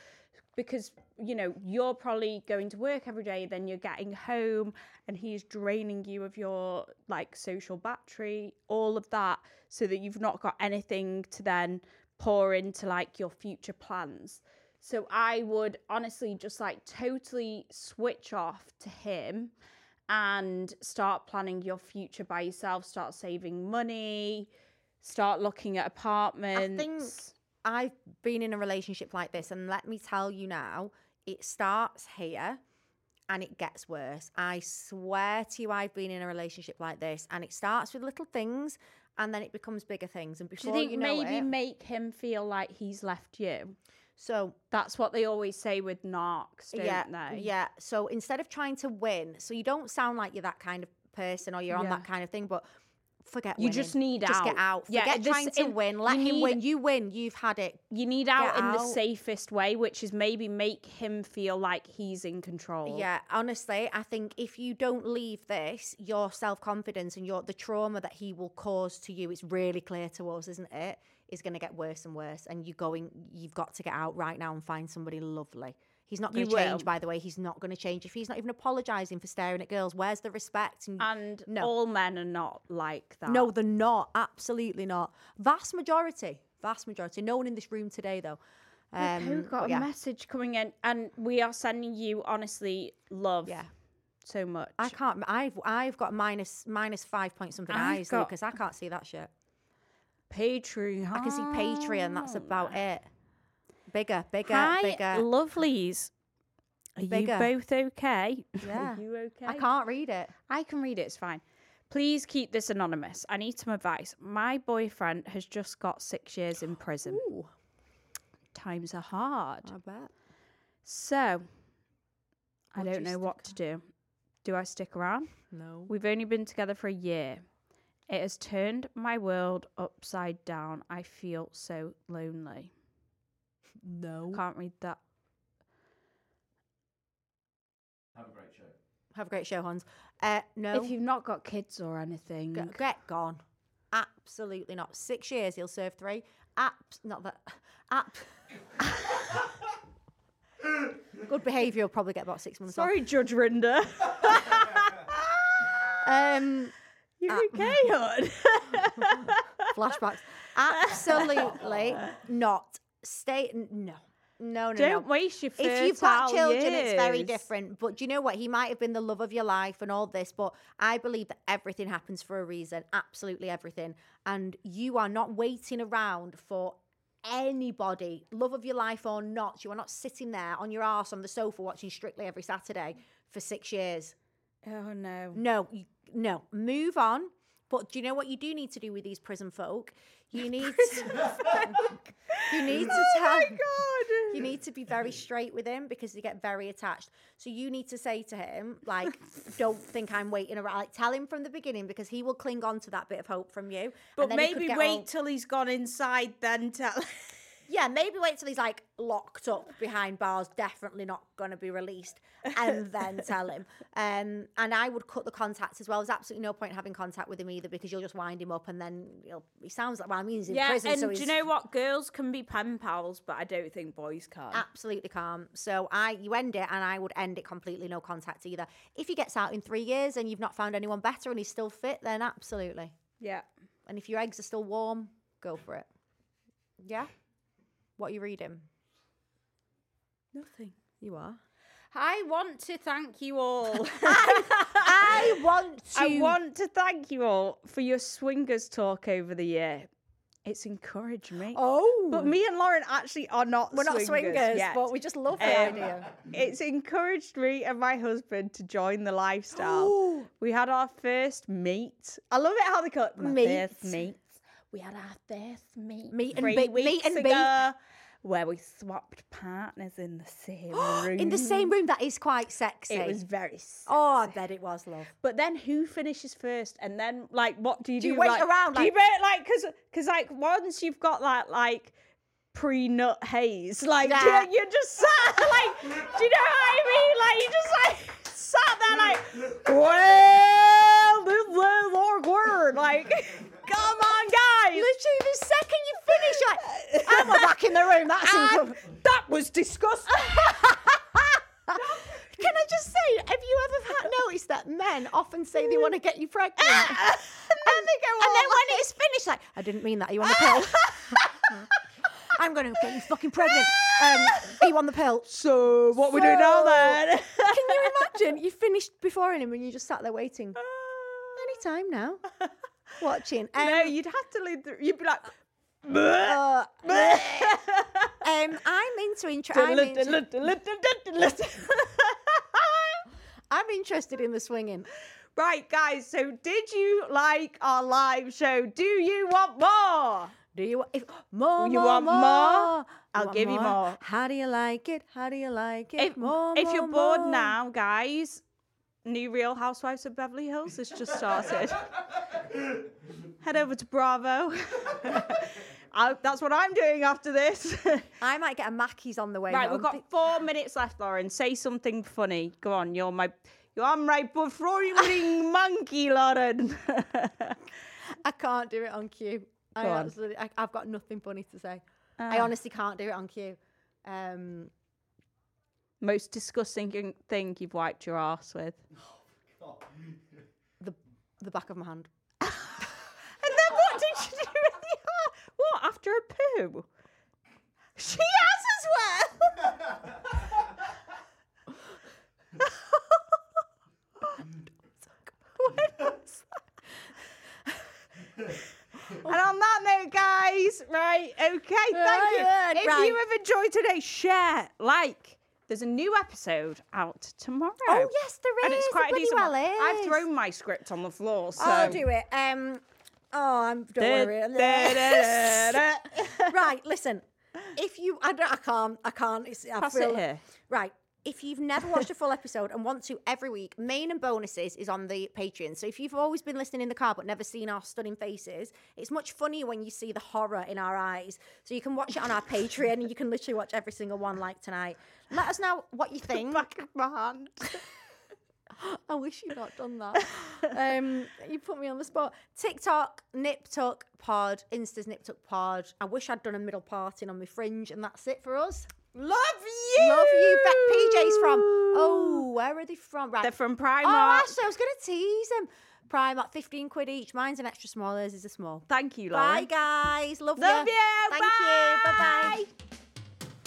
Speaker 2: because you know you're probably going to work every day, then you're getting home, and he's draining you of your like social battery, all of that, so that you've not got anything to then pour into like your future plans. So I would honestly just like totally switch off to him and start planning your future by yourself, start saving money, start looking at apartments.
Speaker 3: I've been in a relationship like this, and let me tell you now, it starts here and it gets worse. I swear to you, I've been in a relationship like this, and it starts with little things and then it becomes bigger things. And
Speaker 2: Do you
Speaker 3: before you,
Speaker 2: think
Speaker 3: know
Speaker 2: maybe
Speaker 3: it,
Speaker 2: make him feel like he's left you?
Speaker 3: so
Speaker 2: That's what they always say with narcs, don't
Speaker 3: yeah,
Speaker 2: they?
Speaker 3: yeah. So instead of trying to win, so you don't sound like you're that kind of person or you're on
Speaker 2: Yeah.
Speaker 3: that kind of thing, but forget
Speaker 2: You
Speaker 3: winning.
Speaker 2: just need
Speaker 3: just get
Speaker 2: out.
Speaker 3: out.
Speaker 2: Yeah,
Speaker 3: Forget
Speaker 2: this-
Speaker 3: trying to
Speaker 2: it-
Speaker 3: win.
Speaker 2: you
Speaker 3: Let him
Speaker 2: need-
Speaker 3: win. You win. You've had it.
Speaker 2: You need out
Speaker 3: Get
Speaker 2: in the
Speaker 3: out.
Speaker 2: safest way, which is maybe make him feel like he's in control.
Speaker 3: Yeah, honestly, I think if you don't leave this, your self confidence and your the trauma that he will cause to you, it's really clear to us, isn't it? Is going to get worse and worse, and you're going. You've got to get out right now and find somebody lovely. He's not going
Speaker 2: You
Speaker 3: to change,
Speaker 2: will.
Speaker 3: by the way. He's not going to change if he's not even apologising for staring at girls. Where's the respect? And,
Speaker 2: And
Speaker 3: no,
Speaker 2: all men are not like that.
Speaker 3: no, they're not. Absolutely not. Vast majority. Vast majority. No one in this room today, though. Um,
Speaker 2: Look who
Speaker 3: but
Speaker 2: got a
Speaker 3: yeah.
Speaker 2: message coming in, and we are sending you honestly love.
Speaker 3: Yeah.
Speaker 2: so much.
Speaker 3: I can't. I've I've got minus minus five point something
Speaker 2: I've
Speaker 3: eyes,
Speaker 2: got-
Speaker 3: Lucas. I can't see that shit.
Speaker 2: Patreon.
Speaker 3: I can see Patreon. That's about it. Bigger, bigger,
Speaker 2: Ah. Hi,
Speaker 3: bigger.
Speaker 2: lovelies. Are
Speaker 3: Bigger.
Speaker 2: you both okay?
Speaker 3: yeah.
Speaker 2: Are you okay?
Speaker 3: I can't read it.
Speaker 2: I can read it. It's fine. Please keep this anonymous. I need some advice. My boyfriend has just got six years in prison.
Speaker 3: Ooh,
Speaker 2: Times are hard.
Speaker 3: I bet.
Speaker 2: So, I
Speaker 3: Would
Speaker 2: don't
Speaker 3: you
Speaker 2: know what to
Speaker 3: stick
Speaker 2: do. Do I stick around?
Speaker 3: No.
Speaker 2: We've only been together for a year. It has turned my world upside down. I feel so lonely.
Speaker 3: No.
Speaker 2: Can't read that.
Speaker 4: Have a great show.
Speaker 3: Have a great show, Hans. Uh, no.
Speaker 2: If you've not got kids or anything,
Speaker 3: G- get gone. Absolutely not. Six years. He'll serve three. Apps. Not that. App. Good behaviour. He'll probably get about six months. off.
Speaker 2: sorry, Judge Rinder.
Speaker 3: Um.
Speaker 2: you okay, hon?
Speaker 3: flashbacks. Absolutely not. Stay. n- No. No, no,
Speaker 2: Don't
Speaker 3: no.
Speaker 2: waste your
Speaker 3: If you've got
Speaker 2: fertile
Speaker 3: children, it's very
Speaker 2: years.
Speaker 3: different. But do you know what? He might have been the love of your life and all this, but I believe that everything happens for a reason. Absolutely everything. And you are not waiting around for anybody, love of your life or not. You are not sitting there on your ass on the sofa watching Strictly every Saturday for six years.
Speaker 2: oh no.
Speaker 3: No, you, no, move on. But do you know what you do need to do with these prison folk? You need to, you need to
Speaker 2: Oh
Speaker 3: tell. You need to be very straight with him because they get very attached. So you need to say to him, like, don't think I'm waiting around. Like, tell him from the beginning because he will cling on to that bit of hope from you.
Speaker 2: But
Speaker 3: and then he could
Speaker 2: maybe
Speaker 3: get
Speaker 2: wait
Speaker 3: all-
Speaker 2: till he's gone inside, then tell.
Speaker 3: yeah, maybe wait till he's like locked up behind bars, definitely not going to be released, and then tell him. Um, and I would cut the contacts as well. There's absolutely no point having contact with him either because you'll just wind him up and then he'll, he sounds like, well, I mean, he's in
Speaker 2: yeah,
Speaker 3: prison.
Speaker 2: and
Speaker 3: so
Speaker 2: do
Speaker 3: he's
Speaker 2: you know what? Girls can be pen pals, but I don't think boys can.
Speaker 3: Ah. Absolutely calm. So I, you end it, and I would end it completely, no contact either. If he gets out in three years and you've not found anyone better and he's still fit, then absolutely.
Speaker 2: yeah.
Speaker 3: And if your eggs are still warm, go for it. Yeah. What are you reading?
Speaker 2: Nothing.
Speaker 3: You are.
Speaker 2: I want to thank you all.
Speaker 3: I want to.
Speaker 2: I want to thank you all for your swingers talk over the year. It's encouraged me.
Speaker 3: Oh,
Speaker 2: But me and Lauren actually are not
Speaker 3: we're not
Speaker 2: swingers.
Speaker 3: swingers,
Speaker 2: yet.
Speaker 3: but we just love the
Speaker 2: Um,
Speaker 3: idea.
Speaker 2: It's encouraged me and my husband to join the lifestyle. we had our first meet. I love it how they call it my
Speaker 3: Meet.
Speaker 2: first meet. We had our first meet.
Speaker 3: Meet and
Speaker 2: three
Speaker 3: beat- meet
Speaker 2: weeks
Speaker 3: and beat.
Speaker 2: ago, where we swapped partners in the same room.
Speaker 3: In the same room, that is quite sexy.
Speaker 2: It was very. Sexy.
Speaker 3: Oh, I bet it was love.
Speaker 2: But then who finishes first? And then like what do you
Speaker 3: Do
Speaker 2: do?
Speaker 3: you wait
Speaker 2: like,
Speaker 3: around,
Speaker 2: Do you
Speaker 3: like-
Speaker 2: wait like because because like once you've got that like pre nut haze, like do
Speaker 3: Yeah.
Speaker 2: you- you're just sat like do you know what I mean? Like you just like sat there like well this is awkward. Like come on guys.
Speaker 3: Literally, the second you finish, you're like, and we're back in the room. That's
Speaker 2: And
Speaker 3: incredible.
Speaker 2: that was disgusting.
Speaker 3: Can I just say, have you ever had noticed that men often say they want to get you pregnant? and then they go, and then when it's finished, like, I didn't mean that. Are you on the pill? I'm going to get you fucking pregnant. Um, are you on the pill?
Speaker 2: so what we do now
Speaker 3: So-
Speaker 2: then?
Speaker 3: Can you imagine? You finished before him and you just sat there waiting. Any time now. Watching. Um,
Speaker 2: no, you'd have to leave. The, you'd be like.
Speaker 3: uh, um, I'm into inter- I'm into- I'm interested in the swinging.
Speaker 2: Right, guys, so did you like our live show? Do you want more?
Speaker 3: Do you want if, more?
Speaker 2: You
Speaker 3: more,
Speaker 2: want more?
Speaker 3: I'll
Speaker 2: I'll give you more.
Speaker 3: How do you like it? How do you like it?
Speaker 2: If,
Speaker 3: more,
Speaker 2: if you're
Speaker 3: more,
Speaker 2: bored
Speaker 3: more.
Speaker 2: now, guys, new Real Housewives of Beverly Hills has just started. Head over to Bravo. I, that's what I'm doing after this.
Speaker 3: I might get a Mackey's on the way.
Speaker 2: right,
Speaker 3: home.
Speaker 2: we've got four minutes left, Lauren. Say something funny. Go on, you're my. You're my performing monkey, Lauren.
Speaker 3: I can't do it on cue. I
Speaker 2: Go on. Ah.
Speaker 3: absolutely, I, I've got nothing funny to say. I honestly can't do it on cue. Um,
Speaker 2: Most disgusting thing you've wiped your ass with.
Speaker 3: the the back of my hand.
Speaker 2: And then what did you do with the art? What, after a poo? She has as well. When was that? and on that note, guys, right, okay, thank you.
Speaker 3: Right,
Speaker 2: If
Speaker 3: right.
Speaker 2: you have enjoyed today, share, like. There's a new episode out tomorrow.
Speaker 3: Oh, yes, there
Speaker 2: And it's
Speaker 3: is. There
Speaker 2: quite a
Speaker 3: bloody
Speaker 2: decent one.
Speaker 3: well
Speaker 2: I've
Speaker 3: is.
Speaker 2: thrown my script on the floor, so
Speaker 3: I'll do it. Um, oh, I'm don't worry. right, listen. If you, I, don't, I can't, I can't. It's, I
Speaker 2: Pass it
Speaker 3: feel,
Speaker 2: here.
Speaker 3: Right. If you've never watched a full episode and want to every week, main and bonuses is on the Patreon. So if you've always been listening in the car but never seen our stunning faces, it's much funnier when you see the horror in our eyes. So you can watch it on our Patreon and you can literally watch every single one like tonight. Let us know what you think.
Speaker 2: Back of my hand.
Speaker 3: I wish you'd not done that. um, you put me on the spot. TikTok, Nip Tuck Pod, Insta's Nip Tuck Pod. I wish I'd done a middle parting on my fringe, and that's it for us.
Speaker 2: Love you.
Speaker 3: Love you, Beck. PJ's from. Oh, where are they from? Right.
Speaker 2: They're from
Speaker 3: Oh,
Speaker 2: Primark.
Speaker 3: actually, I was going to tease them. Primark, 15 quid each. Mine's an extra small, theirs is a small.
Speaker 2: Thank you, Lauren.
Speaker 3: Bye, guys. Love,
Speaker 2: Love
Speaker 3: ya.
Speaker 2: you.
Speaker 3: Thank you. Bye bye.
Speaker 2: Bye.